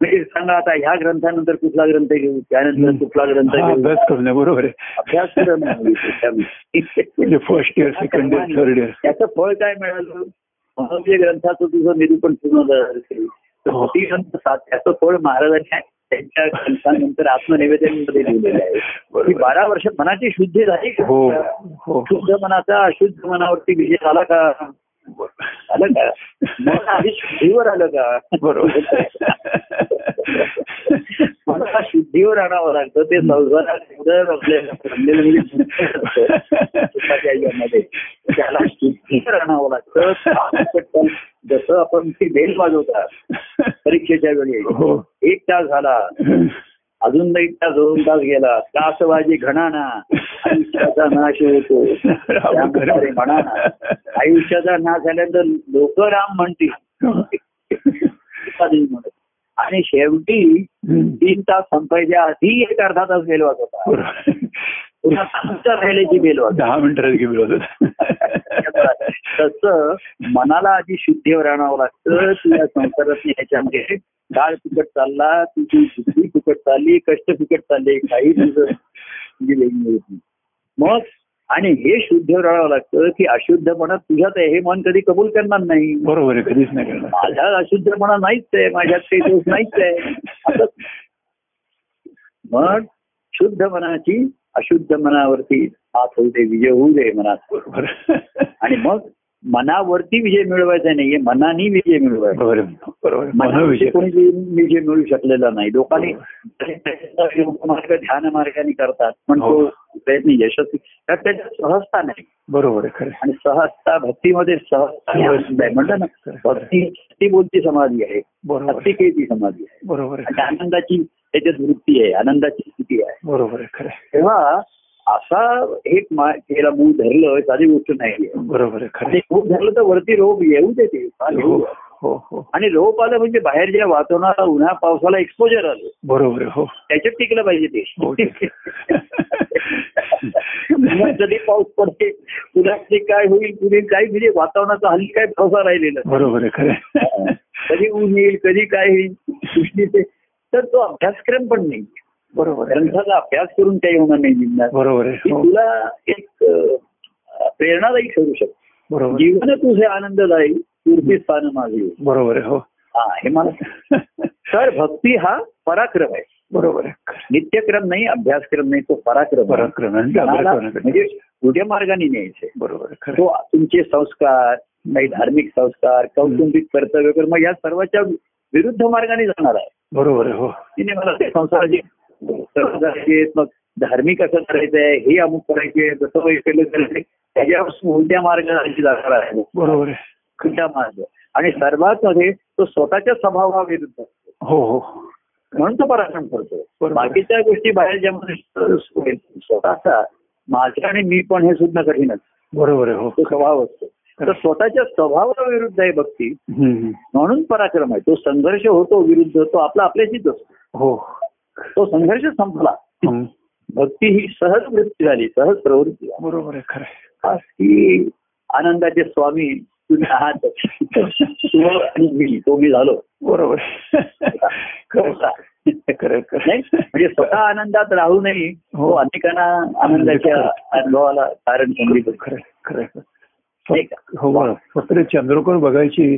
[SPEAKER 1] म्हणजे सांगा आता ह्या ग्रंथानंतर कुठला ग्रंथ घेऊ त्यानंतर कुठला ग्रंथ
[SPEAKER 2] हा,
[SPEAKER 1] घेऊ
[SPEAKER 2] अभ्यास करून आहे, बरोबर
[SPEAKER 1] अभ्यासक्रम
[SPEAKER 2] आहे
[SPEAKER 1] नाही त्याच्यामध्ये.
[SPEAKER 2] म्हणजे first year second year third year
[SPEAKER 1] त्याचं फळ काय मिळालं म्हणून जे ग्रंथाचं तुझं निरूपण पूर्ण झालं असेल, तर
[SPEAKER 2] हो.
[SPEAKER 1] ती ग्रंथ सात त्याचं फळ महाराजांनी त्यांच्या ग्रंथानंतर आत्मनिवेदनमध्ये लिहिलेलं आहे
[SPEAKER 2] बरोबर.
[SPEAKER 1] की बारा वर्ष मनाची शुद्धी झाली का?
[SPEAKER 2] हो हो
[SPEAKER 1] शुद्ध मनाचा अशुद्ध मनावरती विजय झाला का आलं का मन आधी शुद्धीवर आलं का
[SPEAKER 2] बरोबर
[SPEAKER 1] मला शुद्धीवर आणावं लागतं ते संसारात एवढं आपल्याला भरलेलं म्हणजे दुःख असतं. सुखाच्या याच्यामध्ये. त्याला शुद्धीवर आणावं लागतं पटकन जसं आपण ती बेल वाजवतात परीक्षेच्या वेळी
[SPEAKER 2] हो
[SPEAKER 1] एक तास झाला अजून एक तास दोन तास गेला तास वाजे घणाना आयुष्याचा नाश होतो त्याप्रकारे म्हणा ना. आयुष्याचा नाश झाल्यानंतर लोक राम म्हणतील एखादी म्हणत. आणि शेवटी तीन तास संपायच्या आधी एक अर्धा तास बेल वाजवता पुन्हा तासभर राहिल्याची बेल वाजवता
[SPEAKER 2] दहा मिनिटात घेऊन होत
[SPEAKER 1] तसं मनाला आधी शुद्धीवर आणावं लागतं तुझ्या संसारात ह्याच्यामध्ये काळ फुकट चालला तुझी बुद्धी फुकट चालली कष्ट फुकट चालले काही तुझं तुझी वेग मिळत नाही. मग आणि हे शुद्धीवर आणावं लागतं की अशुद्धपणा तुझ्यात आहे हे मन कधी कबूल करणार नाही
[SPEAKER 2] बरोबर आहे कधीच नाही करणार
[SPEAKER 1] माझ्या अशुद्धपणा नाहीच आहे माझ्यात काही दोष नाहीच आहे असं मग शुद्ध मनाची अशुद्ध मनावरती हात होऊ दे विजय होऊ दे मनात
[SPEAKER 2] बरोबर
[SPEAKER 1] आणि मग मनावरती विजय मिळवायचा नाहीये मनाने विजय मिळवायचा
[SPEAKER 2] बरोबर बरोबर
[SPEAKER 1] मनाविषयी
[SPEAKER 2] मनोविषय
[SPEAKER 1] कोणी विजय मिळू शकलेला नाही लोकांनी योग मार्ग ध्यान मार्गाने करतात पण तो प्रयत्न यशस्वी कारण त्याच्यात सहजता नाही
[SPEAKER 2] बरोबर आहे खरं आहे.
[SPEAKER 1] आणि सहजता भक्तीमध्ये सहजता आणि आनंद आहे. म्हणलं ना भक्ती ती बोलती समाधी आहे
[SPEAKER 2] बरोबर आहे.
[SPEAKER 1] भक्ती ती समाधी आहे
[SPEAKER 2] बरोबर आहे
[SPEAKER 1] आणि आनंदाची त्याच्यात वृत्ती आहे आनंदाची स्थिती आहे
[SPEAKER 2] बरोबर आहे खरं आहे.
[SPEAKER 1] तेव्हा असा एक मा- याला मूळ धरलं साधी गोष्ट नाही
[SPEAKER 2] बरोबर आहे खरं
[SPEAKER 1] आणि
[SPEAKER 2] आहे.
[SPEAKER 1] मूळ धरलं तर वरती रोप येऊ देते फार
[SPEAKER 2] हो
[SPEAKER 1] येऊ.
[SPEAKER 2] हो हो
[SPEAKER 1] आणि रोप आलं म्हणजे बाहेर ज्या वातावरणाला उन्हा पावसाला एक्सपोजर आलं
[SPEAKER 2] बरोबर आहे, हो
[SPEAKER 1] त्याच्यात टिकलं पाहिजे ते
[SPEAKER 2] हो
[SPEAKER 1] पुन्हा कधी पाऊस पडते पुन्हा ते काय होईल पुढे काय म्हणजे वातावरणाचा हल्ली काय भरोसा राहिलेला नाही.
[SPEAKER 2] बरोबर आहे खरं आहे.
[SPEAKER 1] कधी ऊन येईल कधी काय होईल उष्णीचे तर तो अभ्यासक्रम पण नाही
[SPEAKER 2] बरोबर आहे
[SPEAKER 1] ग्रंथाचा अभ्यास करून काही होणार नाही जीवनात
[SPEAKER 2] बरोबर आहे
[SPEAKER 1] ती
[SPEAKER 2] हो
[SPEAKER 1] तुला एक अ, प्रेरणादायी ठरू शकते
[SPEAKER 2] बरोबर आहे.
[SPEAKER 1] जीवन तुझे आनंददायी तुझी स्थान माझे
[SPEAKER 2] बरोबर आहे हो
[SPEAKER 1] हा हे मला सांग. तर भक्ती हा पराक्रम आहे
[SPEAKER 2] बरोबर आहे खरं आहे.
[SPEAKER 1] नित्यक्रम नाही अभ्यासक्रम नाही तो पराक्रम आहे.
[SPEAKER 2] पराक्रम आहे.
[SPEAKER 1] मनाला
[SPEAKER 2] म्हणजे
[SPEAKER 1] म्हणजे उद्या मार्गाने न्यायचे
[SPEAKER 2] बरोबर आहे खरं
[SPEAKER 1] तो
[SPEAKER 2] आहे.
[SPEAKER 1] तुमचे संस्कार काही धार्मिक संस्कार कौटुंबिक कर्तव्य कर्म या सर्वाच्या विरुद्ध मार्गाने जाणार आहे
[SPEAKER 2] बरोबर आहे हो
[SPEAKER 1] तिने मला ते संसाराचे सर्व करायचे, मग धार्मिक असं करायचंय हे अमुक करायचे जसं वैकल्य करायचे त्याच्यापासून उलट्या मार्गाने जाणार आहे
[SPEAKER 2] बरोबर आहे
[SPEAKER 1] उलटा मार्ग आणि सर्वात मध्ये तो स्वतःच्या स्वभावाविरुद्ध असतो.
[SPEAKER 2] हो हो
[SPEAKER 1] म्हणून तो पराक्रम करतो
[SPEAKER 2] बरोबर.
[SPEAKER 1] बाकीच्या गोष्टी बाहेर ज्या मनुष्य स्वतःचा माझं आणि मी पण हे सुद्धा कठीणच
[SPEAKER 2] बरोबर आहे हो
[SPEAKER 1] तो स्वभाव असतो तर स्वतःच्या स्वभावाविरुद्ध आहे भक्ती
[SPEAKER 2] हम्म, हम्म.
[SPEAKER 1] म्हणून पराक्रम आहे तो संघर्ष होतो विरुद्ध तो आपला आपल्याशीच असतो
[SPEAKER 2] हो
[SPEAKER 1] तो संघर्ष संपला
[SPEAKER 2] हम्म.
[SPEAKER 1] भक्ती ही सहज वृत्ती झाली सहज प्रवृत्ती झाली.
[SPEAKER 2] बरोबर आहे खरं आहे.
[SPEAKER 1] खास ही आनंदाचे स्वामी तुम्ही आहात तू आणि मी तो मी झालो
[SPEAKER 2] बरोबर आहे. खरं आहे. खरं आहे, खरं
[SPEAKER 1] नाही?
[SPEAKER 2] आहे.
[SPEAKER 1] म्हणजे स्वतः आनंदात राहू नये
[SPEAKER 2] हो.
[SPEAKER 1] तो अनेकांना आनंदाच्या अनुभवाला कारण संगीत
[SPEAKER 2] खरं आहे, खरं आहे.
[SPEAKER 1] नाही का?
[SPEAKER 2] हो बरोबर. फक्त चंद्रकोर बघायची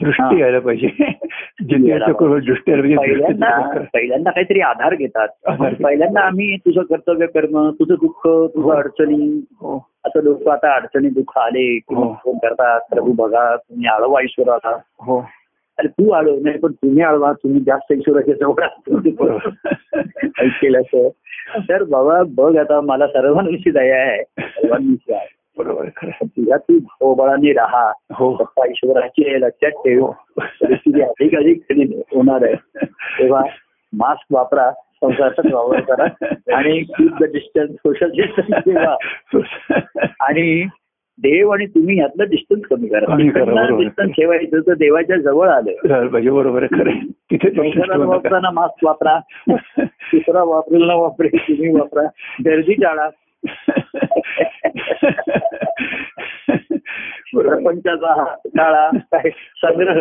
[SPEAKER 2] दृष्टी
[SPEAKER 1] हा.
[SPEAKER 2] यायला पाहिजे जिथे चंद्रकोर दृष्टी यायला पाहिजे दृष्टी
[SPEAKER 1] पहिल्यांदा
[SPEAKER 2] खरं आहे.
[SPEAKER 1] पहिल्यांदा काहीतरी आधार घेतात
[SPEAKER 2] आधार घेतात.
[SPEAKER 1] पहिल्यांदा आम्ही तुझं कर्तव्य कर्म तुझं दुःख तुझं अडचणी
[SPEAKER 2] हो
[SPEAKER 1] असं लोक आता अडचणी दुःख आले की मग
[SPEAKER 2] हो.
[SPEAKER 1] फोन करतात प्रभू बघा तुम्ही आळवा ईश्वराला
[SPEAKER 2] हो
[SPEAKER 1] अरे तू आळव नाही पण तुम्ही आळवा तुम्ही जास्त ईश्वराच्या जवळ
[SPEAKER 2] बरोबर.
[SPEAKER 1] ऐकेल असं तर बाबा बघ आता मला सर्वांविषयी दया आहे सर्वांविषयी आहे
[SPEAKER 2] बरोबर आहे, खरं आहे.
[SPEAKER 1] तुझ्या तू भावबळाने राहा
[SPEAKER 2] हो
[SPEAKER 1] पप्पा ईश्वराची आहे, लक्षात ठेव
[SPEAKER 2] हो.
[SPEAKER 1] परिस्थिती अधिक अधिक कठीण होणार आहे तेव्हा मास्क वापरा संसाराचा वापर करा आणि keep the distance social distance ठेवा आणि देव आणि तुम्ही यातलं डिस्टन्स
[SPEAKER 2] कमी
[SPEAKER 1] कमी
[SPEAKER 2] करा,
[SPEAKER 1] करा
[SPEAKER 2] बरोबर.
[SPEAKER 1] डिस्टन्स ठेवायचं तर देवाच्या जवळ आलं
[SPEAKER 2] झालं पाहिजे बरोबर आहे खरं आहे. तिथे लक्ष
[SPEAKER 1] संसारात
[SPEAKER 2] ठेवू नका.
[SPEAKER 1] वापरताना मास्क वापरा दुसरा वापरेल ना वापरे तुम्ही वापरा गर्दी टाळा
[SPEAKER 2] बरोबर
[SPEAKER 1] प्रपंचाचा हा टाळा काय संग्रह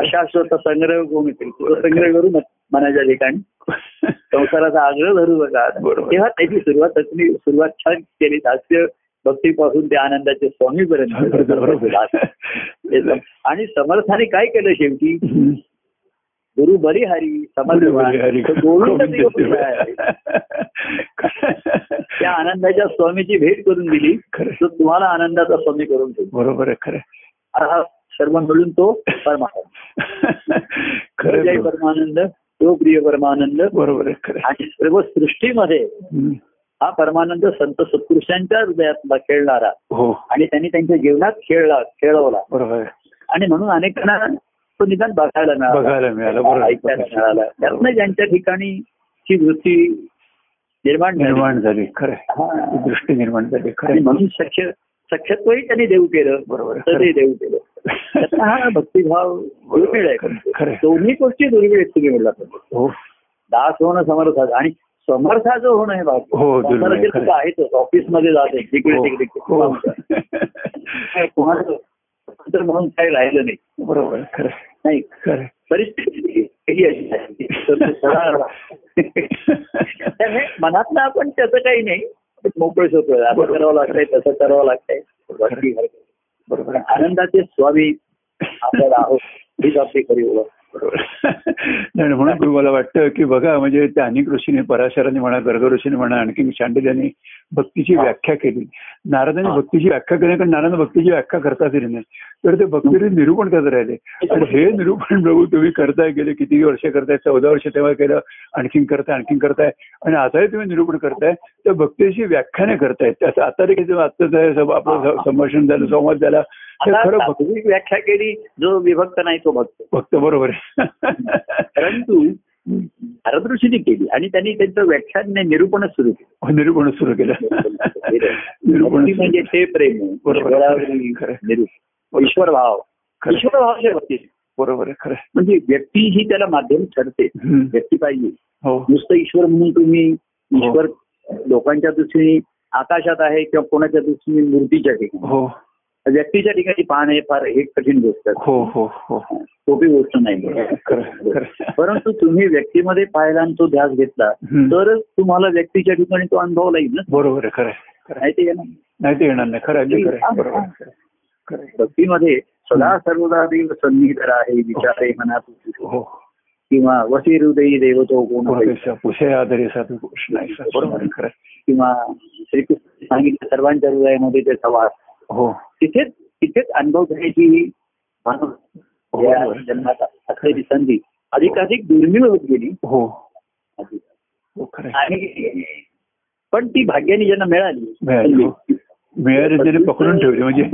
[SPEAKER 1] अशाश्वत संग्रह कोण संग्रह करू नका मनाच्या ठिकाणी संसाराचा आग्रह धरू नका
[SPEAKER 2] बरोबर.
[SPEAKER 1] तेव्हा त्याची सुरुवात असली सुरुवात छान केली हास्य भक्तीपासून ते आनंदाचे स्वामीपर्यंत आणि समर्थाने काय केलं शेवटी गुरु बरी हरी समर्थ
[SPEAKER 2] म्हणजे हरी म्हणजे
[SPEAKER 1] तो गोविंद देव आहे. त्या आनंदाच्या स्वामीची भेट करून दिली
[SPEAKER 2] खरं.
[SPEAKER 1] तर तुम्हाला आनंदाचा स्वामी करून ठेवू
[SPEAKER 2] बरोबर आहे खरं आहे.
[SPEAKER 1] हा सर्व मिळून तो परमानंद
[SPEAKER 2] खरं
[SPEAKER 1] जय
[SPEAKER 2] आहे,
[SPEAKER 1] परमानंद तो प्रिय परमानंद
[SPEAKER 2] बरोबर आहे खरं आहे.
[SPEAKER 1] आणि सर्व सृष्टीमध्ये
[SPEAKER 2] हम्म.
[SPEAKER 1] हा परमानंद संत सत्पुरुषांच्या हृदयातला खेळणारा
[SPEAKER 2] हो
[SPEAKER 1] आणि त्यांनी त्यांच्या जीवनात खेळला खेळवला
[SPEAKER 2] बरोबर आहे
[SPEAKER 1] आणि म्हणून अनेकांना तो निदान बघायला मिळाला
[SPEAKER 2] बघायला मिळालं बरोबर
[SPEAKER 1] ऐकायला
[SPEAKER 2] आहे.
[SPEAKER 1] मिळाला त्यातनं ज्यांच्या ठिकाणी ची वृत्ती निर्माण झाली.
[SPEAKER 2] निर्माण झाली खरं आहे.
[SPEAKER 1] हा.
[SPEAKER 2] ती दृष्टी निर्माण झाली खरं
[SPEAKER 1] आणि
[SPEAKER 2] आहे.
[SPEAKER 1] म्हणून सख्य सख्यत्वही त्यांनी देऊ केलं
[SPEAKER 2] बरोबर आहे.
[SPEAKER 1] तरी देऊ केलं त्यातनं हा भक्तिभाव दुर्मिळ
[SPEAKER 2] खरं-
[SPEAKER 1] आहे
[SPEAKER 2] खरं आहे.
[SPEAKER 1] दोन्ही गोष्टी दुर्मिळ आहेत तुम्ही म्हणला
[SPEAKER 2] हो
[SPEAKER 1] दास होणं समर्थाचं आणि समर्थाचं होणं हे भाग
[SPEAKER 2] हो, दुर्मिळ,
[SPEAKER 1] समर्थाचे
[SPEAKER 2] खरं.
[SPEAKER 1] तर आहेतच ऑफिसमध्ये जाते तिकडे
[SPEAKER 2] हो.
[SPEAKER 1] तिकडे
[SPEAKER 2] हो.
[SPEAKER 1] काय कोणाचं तर म्हणून काही राहिलं नाही
[SPEAKER 2] बरोबर आहे. खरं आहे.
[SPEAKER 1] नाही
[SPEAKER 2] खरं आहे.
[SPEAKER 1] परिस्थिती ही अशी आहे की सध्या सगळा राहतो. तर हे मनातनं आपण त्याचं काही नाही पण मोकळे सोपे असं
[SPEAKER 2] बरोबर.
[SPEAKER 1] करावं लागतंय तसं करावं लागतंय
[SPEAKER 2] खरं.
[SPEAKER 1] बाकी हरकत नाही.
[SPEAKER 2] बरोबर
[SPEAKER 1] पण
[SPEAKER 2] आहे.
[SPEAKER 1] आनंदाचे स्वामी आपण आहोत हीच आपली खरी ओळख
[SPEAKER 2] बरोबर नाही म्हणून पण मला वाटतं की बघा म्हणजे त्या अनेक ऋषीने पराशराने म्हणा गर्ग ऋषीने म्हणा आणखी शांडिल्याने भक्तीची
[SPEAKER 1] हा.
[SPEAKER 2] व्याख्या केली नारदाने
[SPEAKER 1] हा.
[SPEAKER 2] भक्तीची व्याख्या केली कारण नारायण भक्तीची व्याख्या करता दिली नाही तर ते भक्तीचे निरूपण करत राहिले आणि हे निरूपण प्रभू तुम्ही करताय गेले किती वर्ष करताय चौदा वर्ष तेव्हा केलं आणखीन करताय आणखीन करताय आणि आताही तुम्ही निरूपण करताय तर भक्तीची व्याख्या नाही करताय त्याचं आता देखील आत्ताचं हे सब- आपलं संभाषण झालं संवाद झाला हे
[SPEAKER 1] आता
[SPEAKER 2] खरं भक्ती
[SPEAKER 1] सात्विक व्याख्या केली जो विभक्त नाही तो भक्त
[SPEAKER 2] भक्त बरोबर आहे
[SPEAKER 1] परंतु भारद ऋषीने केली आणि त्यांनी त्यांचं व्याख्यान नाही, निरूपणच सुरू केलं
[SPEAKER 2] निरूपण सुरू केलं निरूपण
[SPEAKER 1] भक्ती म्हणजे ते प्रेम
[SPEAKER 2] बरोबर.
[SPEAKER 1] ईश्वरावरील
[SPEAKER 2] खरं.
[SPEAKER 1] निरूपण ईश्वर भाव
[SPEAKER 2] खरं.
[SPEAKER 1] ईश्वर भावाच्या भक्ती
[SPEAKER 2] बरोबर आहे खरं आहे.
[SPEAKER 1] म्हणजे व्यक्ती ही त्याला माध्यम ठरते
[SPEAKER 2] हम्म.
[SPEAKER 1] व्यक्ती पाहिजे
[SPEAKER 2] हो
[SPEAKER 1] नुसतं ईश्वर म्हणून तुम्ही
[SPEAKER 2] हो.
[SPEAKER 1] ईश्वर लोकांच्या दृष्टीने आकाशात आहे किंवा कोणाच्या दृष्टीने मूर्तीच्या ठिकाणी
[SPEAKER 2] हो
[SPEAKER 1] व्यक्तीच्या ठिकाणी पाहणे फार एक कठीण गोष्ट आहे.
[SPEAKER 2] हो हो हो
[SPEAKER 1] सोपी गोष्ट
[SPEAKER 2] खरं आहे, खरं
[SPEAKER 1] नाही
[SPEAKER 2] आहे.
[SPEAKER 1] परंतु तुम्ही व्यक्तीमध्ये पाहिला आणि तो ध्यास घेतला
[SPEAKER 2] हम्म.
[SPEAKER 1] तरच तुम्हाला व्यक्तीच्या ठिकाणी तो अनुभव येईल ना
[SPEAKER 2] बरोबर आहे खरं आहे, खरं आहे.
[SPEAKER 1] नाही ते आहे ना.
[SPEAKER 2] नाही ते येणार नाही खरं आहे, अगदी खरं आहे. बरोबर आहे, खरं आहे. खरं आहे.
[SPEAKER 1] भक्तीमध्ये सदा सर्वदा देव सन्निहित आहे विचार आहे मनात उदितो.
[SPEAKER 2] हो
[SPEAKER 1] किंवा वसी हृदयी देवतो कोण आहे.
[SPEAKER 2] गुरुदेवचा पुषे आधारे साधू कृष्ण आहे, सर. बरोबर आहे, खरं आहे.
[SPEAKER 1] किंवा श्रीकृष्ण सांगितलं सर्वांच्या हृदयामध्ये त्याचा वास
[SPEAKER 2] हो
[SPEAKER 1] तिथेच तिथेच अनुभव घ्यायची ही मानव
[SPEAKER 2] हो,
[SPEAKER 1] या
[SPEAKER 2] बरोबर.
[SPEAKER 1] जन्मात असलेली संधी अधिकाधिक दुर्मिळ होत गेली
[SPEAKER 2] हो हो खरं आहे.
[SPEAKER 1] आणि पण ती भाग्याने ज्यांना मिळाली
[SPEAKER 2] मिळाली, हो.
[SPEAKER 1] संधी,
[SPEAKER 2] मिळाली त्याने पकडून ठेवली म्हणजे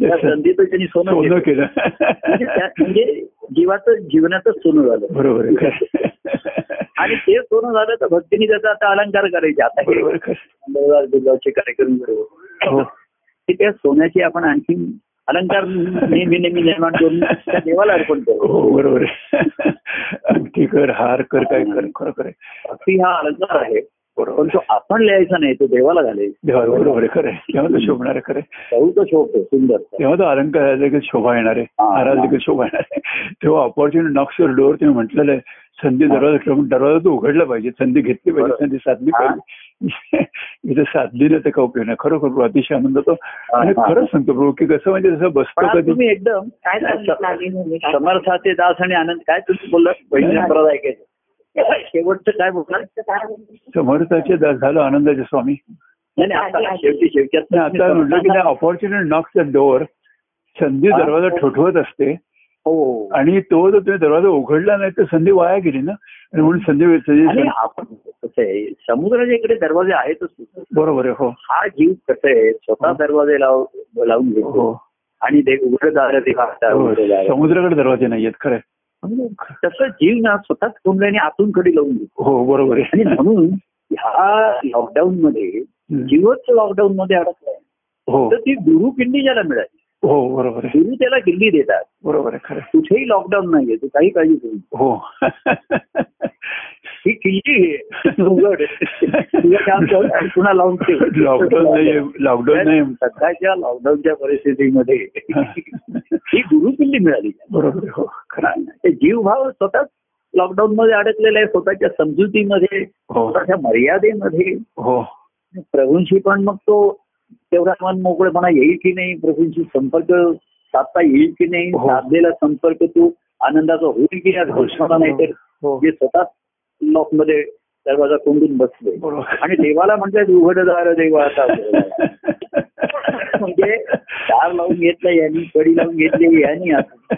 [SPEAKER 1] त्या संधीचं त्यांनी सोनं
[SPEAKER 2] सोनं
[SPEAKER 1] केलं.
[SPEAKER 2] केलं
[SPEAKER 1] म्हणजे त्या- म्हणजे जीवाचं जीवनाचं सोनं झालं
[SPEAKER 2] बरोबर आहे, खरं आहे.
[SPEAKER 1] आणि ते सोनं झालं तर भक्तीने त्याचा आता अलंकार करायचे आता हे
[SPEAKER 2] बरोबर आहे, खरं आहे.
[SPEAKER 1] मंगळवार दुर्गावचे कार्यक्रम बरोबर
[SPEAKER 2] हो
[SPEAKER 1] की त्या सोन्याची आपण आणखी अलंकार नेहमी नेहमी निर्माण करून त्या देवाला अर्पण करू
[SPEAKER 2] हो बरोबर आहे. अंगठी कर हार कर काय कर खरं खरं आहे.
[SPEAKER 1] भक्ती हा अलंकार आहे पण
[SPEAKER 2] बरोबर
[SPEAKER 1] तो आपण लिहायचा नाही तो देवाला
[SPEAKER 2] देवा बरोबर
[SPEAKER 1] घालायचा
[SPEAKER 2] आहे खरं आहे. तेव्हा तो शोभणार आहे खरं आहे.
[SPEAKER 1] बहु तो शोभतो सुंदर
[SPEAKER 2] तेव्हा तो अलंकार आहे, देखील शोभा येणार आहे
[SPEAKER 1] हा,
[SPEAKER 2] हाराला
[SPEAKER 1] हा.
[SPEAKER 2] देखील शोभा येणार आहे तेव्हा ऑपॉर्च्युनिटी नॉक्स युअर डोअर तुम्ही म्हटलेलं आहे संधी दरवाजा ठेवून दरवाजा तो उघडला पाहिजे संधी घेतली पाहिजे
[SPEAKER 1] बरोबर.
[SPEAKER 2] संधी साधली
[SPEAKER 1] हा.
[SPEAKER 2] पाहिजे इथे साधली ना तर का उपयोग नाही खरोखर प्रभू अतिशय आनंद होतो आणि
[SPEAKER 1] हा.
[SPEAKER 2] खरंच सांगतो प्रभू की कसं म्हणजे जसं
[SPEAKER 1] पण
[SPEAKER 2] बसतो
[SPEAKER 1] आज
[SPEAKER 2] कधी
[SPEAKER 1] तुम्ही एकदम
[SPEAKER 3] काय सांगितलं आधी तुम्ही? काय
[SPEAKER 1] समर्थाचे दास आणि आनंद काय तुम्ही बोलला पहिल्या नंबरला ऐकायचं शेवटचं काय बोलणार
[SPEAKER 3] सांगितलं? काय म्हणते?
[SPEAKER 2] समर्थाचे दास झालो आनंदाचे स्वामी
[SPEAKER 1] नाही नाही, आता शेवटी शेवटी
[SPEAKER 2] नाही, आता म्हटलं की ऑपॉर्च्युनिटी नॉक्स द डोअर संधी
[SPEAKER 1] हा.
[SPEAKER 2] दरवाजा ठोठवत असते
[SPEAKER 1] हो
[SPEAKER 2] आणि तो जर तुम्ही दरवाजा उघडला नाही तर संधी वाया गेली ना आणि म्हणून संधी वेळ-
[SPEAKER 1] आणि
[SPEAKER 2] संधी-
[SPEAKER 1] आपण कसं आहे समुद्राच्या इकडे दरवाजे आहेतच
[SPEAKER 2] बरोबर आहे हो
[SPEAKER 1] हा जीव कसं आहे स्वतः दरवाजे लाव लावून घेतो
[SPEAKER 2] हो
[SPEAKER 1] आणि ते उघडत आलं ते वाजता उघडं
[SPEAKER 2] बरोबर.
[SPEAKER 1] दारं.
[SPEAKER 2] समुद्राकडे दरवाजे नाहीयेत खरं आहे.
[SPEAKER 1] तसं जीव ना स्वतःच कुंडल्याने आतून कडी लावून घेतो
[SPEAKER 2] हो बरोबर
[SPEAKER 1] आणि
[SPEAKER 2] आहे
[SPEAKER 1] म्हणून ह्या लॉकडाऊन मध्ये
[SPEAKER 2] हम्म.
[SPEAKER 1] जीवच लॉकडाऊन मध्ये अडकलाय
[SPEAKER 2] हो
[SPEAKER 1] तर ती गुरु किल्ली ज्याला मिळाली
[SPEAKER 2] हो बरोबर आहे
[SPEAKER 1] गुरु त्याला किल्ली देतात
[SPEAKER 2] बरोबर आहे खरं आहे.
[SPEAKER 1] कुठेही लॉकडाऊन नाहीये तू काही काळजी करू नको.
[SPEAKER 2] हो
[SPEAKER 1] ही किल्ली आहे तू उघड तुझं काम कर आणि पुन्हा लावून ठेव
[SPEAKER 2] लॉकडाऊन नाही लॉकडाऊन नाही
[SPEAKER 1] सध्याच्या लॉकडाऊनच्या परिस्थितीमध्ये ही गुरुकिल्ली मिळाली
[SPEAKER 2] बरोबर आहे, हो खरं आहे.
[SPEAKER 1] ते जीवभाव स्वतःच लॉकडाऊन मध्ये अडकलेला आहे स्वतःच्या समजुतीमध्ये
[SPEAKER 2] हो
[SPEAKER 1] स्वतःच्या मर्यादेमध्ये
[SPEAKER 2] हो
[SPEAKER 1] प्रभूंशी पण मग तो तेवढा मन मोकळेपणा येईल की नाही प्रभूंशी संपर्क साधता येईल की नाही
[SPEAKER 2] हो.
[SPEAKER 1] साधलेला संपर्क तो आनंदाचा होईल की या घोषणा नाही तर
[SPEAKER 2] हो
[SPEAKER 1] जे स्वतः लॉकमध्ये दरवाजा कोंडून बसले
[SPEAKER 2] बरोबर
[SPEAKER 1] आणि देवाला म्हणजे उघडदार देवा आता उघडदार. म्हणजे दार लावून घेतलं यांनी कडी लावून घेतली यांनी असं.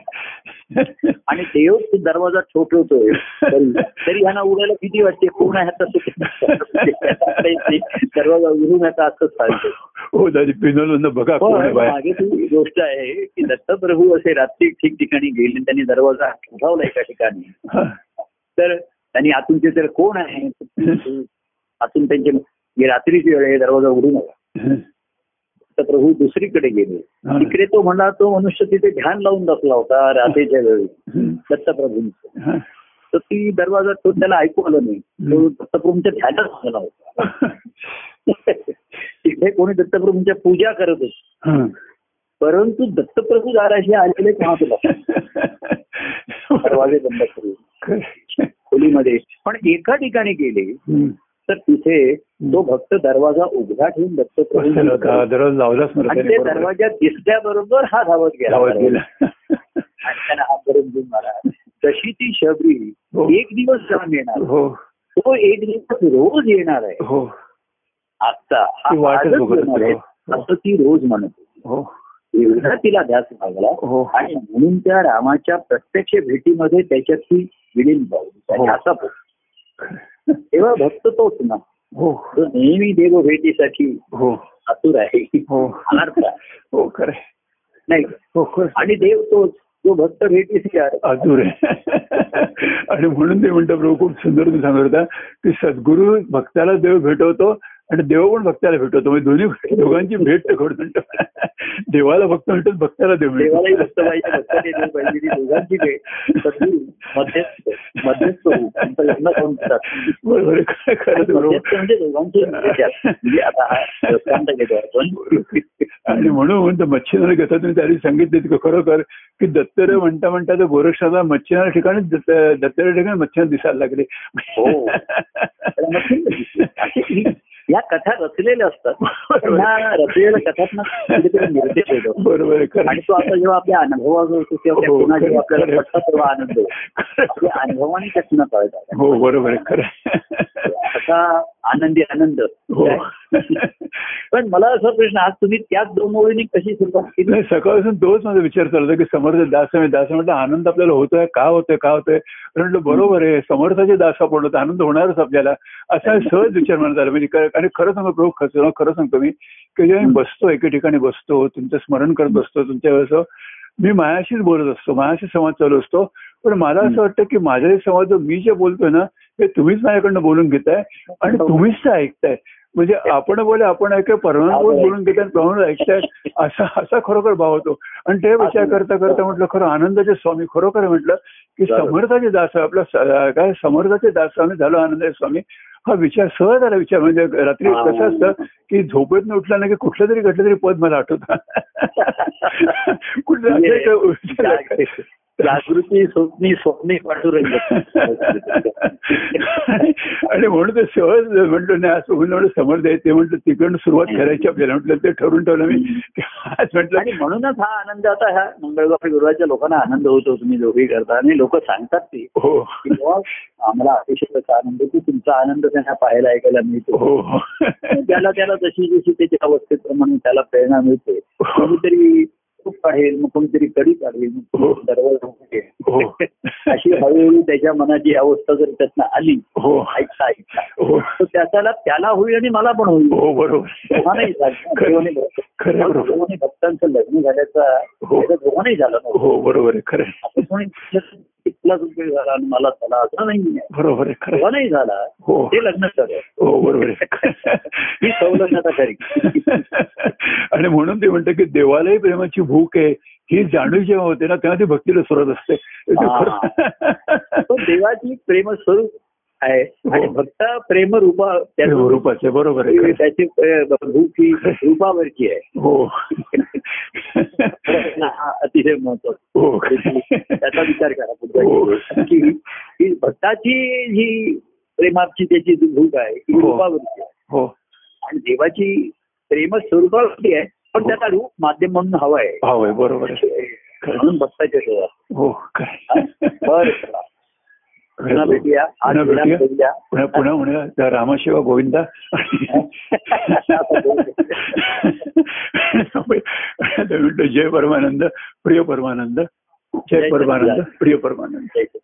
[SPEAKER 1] आणि देव तो दरवाजा ठोठवतोय तरी तरी यांना उडायला किती वाटते पूर्ण ह्याचा दरवाजा उघडून ह्याचा असंच सांगतो
[SPEAKER 2] हो दादी पिनोल बघा कोण आहे
[SPEAKER 1] पण
[SPEAKER 2] बाहेर.
[SPEAKER 1] मागे ती गोष्ट आहे की दत्तप्रभू असे रात्री ठिकठिकाणी गेले त्यांनी दरवाजा ठोठावला एका ठिकाणी
[SPEAKER 2] हा.
[SPEAKER 1] तर त्यांनी आतूनचे तर कोण आहे आतून त्यांचे जी रात्रीची वेळ आहे दरवाजा उघडून आला तर प्रभू दुसरीकडे गेले
[SPEAKER 2] हा.
[SPEAKER 1] तिकडे तो म्हणला तो मनुष्य तिथे ध्यान लावून बसला होता रात्रीच्या वेळी दत्तप्रभूंचं
[SPEAKER 2] हा.
[SPEAKER 1] तर ती दरवाजा तो त्याला ऐकू आलं नाही तो दत्तप्रभूंच्या ध्यानात झाला होता तिथे कोणी दत्तप्रभूंच्या पूजा करत होते
[SPEAKER 2] हा.
[SPEAKER 1] परंतु दत्तप्रभू दाराशी आलेले पाहतो दरवाजे बंद करून
[SPEAKER 2] खरं.
[SPEAKER 1] खोलीमध्ये पण एका ठिकाणी गेले
[SPEAKER 2] हम्म.
[SPEAKER 1] तर तिथे तो भक्त दरवाजा उघडा ठेवून
[SPEAKER 2] बसेल
[SPEAKER 1] दत्तप्रभू
[SPEAKER 2] होता, दरवाजा लावलाच
[SPEAKER 1] आणि ते
[SPEAKER 2] नव्हता
[SPEAKER 1] दरवाजा दिसल्याबरोबर हा धावत गेला
[SPEAKER 2] लावत
[SPEAKER 1] आणि
[SPEAKER 2] गेला
[SPEAKER 1] त्याला हात करून घेऊन मला जशी ती
[SPEAKER 2] हो.
[SPEAKER 1] शबरी एक दिवस जाम येणार
[SPEAKER 2] हो
[SPEAKER 1] तो एक दिवस रोज येणार आहे
[SPEAKER 2] हो
[SPEAKER 1] आता हा
[SPEAKER 2] ती वाटच
[SPEAKER 1] आजच
[SPEAKER 2] बघत
[SPEAKER 1] येणार आहे.
[SPEAKER 2] होती. हो.
[SPEAKER 1] असं ती रोज म्हणत होती
[SPEAKER 2] हो
[SPEAKER 1] एवढा तिला ध्यास लागला
[SPEAKER 2] हो
[SPEAKER 1] आणि म्हणून त्या रामाच्या प्रत्यक्ष भेटीमध्ये त्याच्यात ती विलीन
[SPEAKER 2] हो.
[SPEAKER 1] पाहू असा तेव्हा भक्त तोच ना
[SPEAKER 2] हो
[SPEAKER 1] जो नेहमी देव भेटीसाठी
[SPEAKER 2] हो
[SPEAKER 1] आतुर आहे
[SPEAKER 2] हो
[SPEAKER 1] आर्त आहे.
[SPEAKER 2] हो खरं आहे.
[SPEAKER 1] नाही
[SPEAKER 2] हो खरं
[SPEAKER 1] आणि देव तोच जो भक्त भेटीसी आर्त.
[SPEAKER 2] अधूर आहे आणि म्हणून ते म्हणतात प्रभू खूप सुंदर तुम्ही सांगत होता की सद्गुरू भक्ताला देव भेटवतो आणि देव पण भक्ताला भेटवतो म्हणजे दोन्ही दोघांची भेट घडून म्हणतात. देवाला भक्त म्हणतात भक्ताला देव भेटतो.
[SPEAKER 1] देवालाही भक्त पाहिजे भक्तालाही देव पाहिजे ही दोघांची भेट सद्गुरू मध्यस्थ मध्यस्थ होऊ. आमचं लग्न करून देतात.
[SPEAKER 2] बरोबर आहे. खरं- खरं
[SPEAKER 1] आणि
[SPEAKER 2] ते बरोबर.
[SPEAKER 1] मध्यस्थ म्हणजे दोघांची भेट. म्हणजे आता हा दृष्टांत घेतो आपण.
[SPEAKER 2] आणि म्हणून तर मच्छीदार कथा तुम्ही त्यावेळी सांगितली की खरोखर की दत्तर म्हणता म्हणता तर गोरक्षाला मच्छीदार ठिकाणी दत्त- दत्तर ठिकाणी मच्छीदार दिसायला लागले
[SPEAKER 1] हो. तर मग ठीक आहे. अशी ही- या कथा रचलेल्या असतात
[SPEAKER 2] बरोबर.
[SPEAKER 1] या रचलेल्या कथांना कुठेतरी म्हणजे निर्देश येतो
[SPEAKER 2] बरोबर आहे, खरं
[SPEAKER 1] आणि तो आता जेव्हा आपल्या अनुभवावर होतो तेव्हा त्या
[SPEAKER 2] हो,
[SPEAKER 1] पुन्हा जेव्हा
[SPEAKER 2] खरं,
[SPEAKER 1] आपल्याला
[SPEAKER 2] खरं.
[SPEAKER 1] पटतं तेव्हा आनंद होतो आपल्या अनुभवाने त्या पुन्हा कळतात
[SPEAKER 2] हो बरोबर आहे खरं
[SPEAKER 1] असा आनंदी आनंद
[SPEAKER 2] हो
[SPEAKER 1] पण मला असा प्रश्न आज तुम्ही त्याच दोन ओळीने कशी सुरुवात केली
[SPEAKER 2] नाही सकाळपासून तोच माझा विचार चालू होता की समर्थ दास आहे दास म्हटलं आनंद आपल्याला होतोय का होतोय का होतोय तर म्हटलं बरोबर आहे समर्थाचे दास आपण होतो आनंद होणारच आपल्याला असा सहज विचार मनात आला म्हणजे काय- आणि खरं सांगतो प्रभू खरं खरं सांगतो मी की जेव्हा मी
[SPEAKER 1] हं.
[SPEAKER 2] बसतो एके ठिकाणी बसतो तुमचं स्मरण करत बसतो तुमच्या वेळेस हो, मी मायाशीच बोलत असतो मायाशी संवाद चालू असतो पण मला असं
[SPEAKER 1] हं.
[SPEAKER 2] वाटतं की माझा हे संवाद जो मी जे बोलतोय ना ते तुम्हीच माझ्याकडनं बोलून घेताय आणि तुम्हीच ते ऐकताय म्हणजे आपण बोले आपण ऐकूया परमानुभूत बोलून घेताय प्रमाण ऐकताय असा असा खरोखर भाव होतो आणि ते विचार करता करता म्हटलं खरं आनंदाचे स्वामी खरोखर म्हटलं की
[SPEAKER 1] हो. बरोबर.
[SPEAKER 2] समर्थाचे दास आपला स- काय समर्थाचे दास स्वामी झालो आनंदाचे स्वामी हा विचार सहज आला विचार म्हणजे रात्री
[SPEAKER 1] हा.
[SPEAKER 2] कसं असतं की झोपेत उठला ना की कुठलं तरी घटलं तरी पद मला आठवतं कुठलं
[SPEAKER 1] म्हणजे
[SPEAKER 2] असं एक विचार-
[SPEAKER 1] जागृती स्वप्नी स्वप्नी पाठवून
[SPEAKER 2] आणि म्हणून ते सहज म्हटलं नाही असं होईल म्हणून समर्थ आहे ते म्हटलं तिकडून सुरुवात करायची आपल्याला म्हटलं ते ठरवून ठेवलं मी आज
[SPEAKER 1] आणि
[SPEAKER 2] म्हटलं "हो,
[SPEAKER 1] म्हणूनच हा आनंद आता ह्या मंगळवारी गुरुवारच्या लोकांना आनंद होतो तुम्ही दोघे करता आणि लोक सांगतात ते
[SPEAKER 2] हो
[SPEAKER 1] की बाबा, आम्हाला अतिशय त्याचा आनंद की तुमचा आनंद त्यांना पाहायला ऐकायला मिळतो
[SPEAKER 2] हो हो
[SPEAKER 1] त्याला त्याला जशी जशी त्याच्या अवस्थेप्रमाणे त्याला प्रेरणा मिळते
[SPEAKER 2] हो.
[SPEAKER 1] कोणीतरी तूप काढेल मग कोणीतरी कडी काढेल मग कोणीतरी दरवाजा उघडेल.
[SPEAKER 2] हो
[SPEAKER 1] अशी हळूहळू त्याच्या मनाची अवस्था जर त्यातनं आली
[SPEAKER 2] हो
[SPEAKER 1] ऐकता ऐकता
[SPEAKER 2] हो
[SPEAKER 1] तर त्याच्याला त्याला होईल आणि मला पण होईल
[SPEAKER 2] हो बरोबर
[SPEAKER 1] दोघांनाही झालं.
[SPEAKER 2] खरं
[SPEAKER 1] दोघांनी-
[SPEAKER 2] खरं आहे, बरोबर
[SPEAKER 1] दोघांनी भक्तांचं लग्न झाल्याचा
[SPEAKER 2] हो.
[SPEAKER 1] फायदा दोघांनाही झाला नव्हता
[SPEAKER 2] हो बरोबर आहे खरं आहे.
[SPEAKER 1] असं कोणी तिथलाच उपयोग झाला आणि मला झाला असं नाही आहे.
[SPEAKER 2] बरोबर आहे खरं आहे.
[SPEAKER 1] कोणाही झाला
[SPEAKER 2] हो
[SPEAKER 1] ते लग्न खरं
[SPEAKER 2] हो बरोबर आहे
[SPEAKER 1] ही सवलत आता खरी
[SPEAKER 2] आणि म्हणून ते म्हणतात की देवालाही प्रेमाची भूक आहे ही जाणीव जेव्हा होते ना तेव्हा ती भक्तीला सुरुवात असते ते
[SPEAKER 1] तो
[SPEAKER 2] खरं-
[SPEAKER 1] देवाची प्रेमस्वरूप आहे आणि
[SPEAKER 2] हो.
[SPEAKER 1] भक्त प्रेमरूपा त्या
[SPEAKER 2] त्या रूपाचं आहे, बरोबर आहे खरं.
[SPEAKER 1] त्याची अ, भूक ही रूपावरची आहे
[SPEAKER 2] हो
[SPEAKER 1] हा अतिशय महत्वाचा
[SPEAKER 2] हो
[SPEAKER 1] त्याचा विचार करा
[SPEAKER 2] हो.
[SPEAKER 1] पुढच्या की ही भक्ताची जी प्रेमाची त्याची जी भूक आहे ती
[SPEAKER 2] हो.
[SPEAKER 1] रूपावरची आहे
[SPEAKER 2] हो
[SPEAKER 1] आणि देवाची प्रेम स्वरूपावरती आहे पण
[SPEAKER 2] हो.
[SPEAKER 1] त्याला रूप माध्यम म्हणून हवं आहे
[SPEAKER 2] भाव आहे बरोबर आहे
[SPEAKER 1] म्हणून भक्ताच्या सेवा
[SPEAKER 2] हो खरं.
[SPEAKER 1] बरं चला. पुन्हा भेटूया आज
[SPEAKER 2] हो. पुन्हा भेटूया.
[SPEAKER 1] भेटूया
[SPEAKER 2] पुन्हा पुन्हा म्हणूया त्या रामाशिवा गोविंदा म्हणतो जय परमानंद प्रिय परमानंद जय परमानंद प्रिय परमानंद
[SPEAKER 1] जय श्री-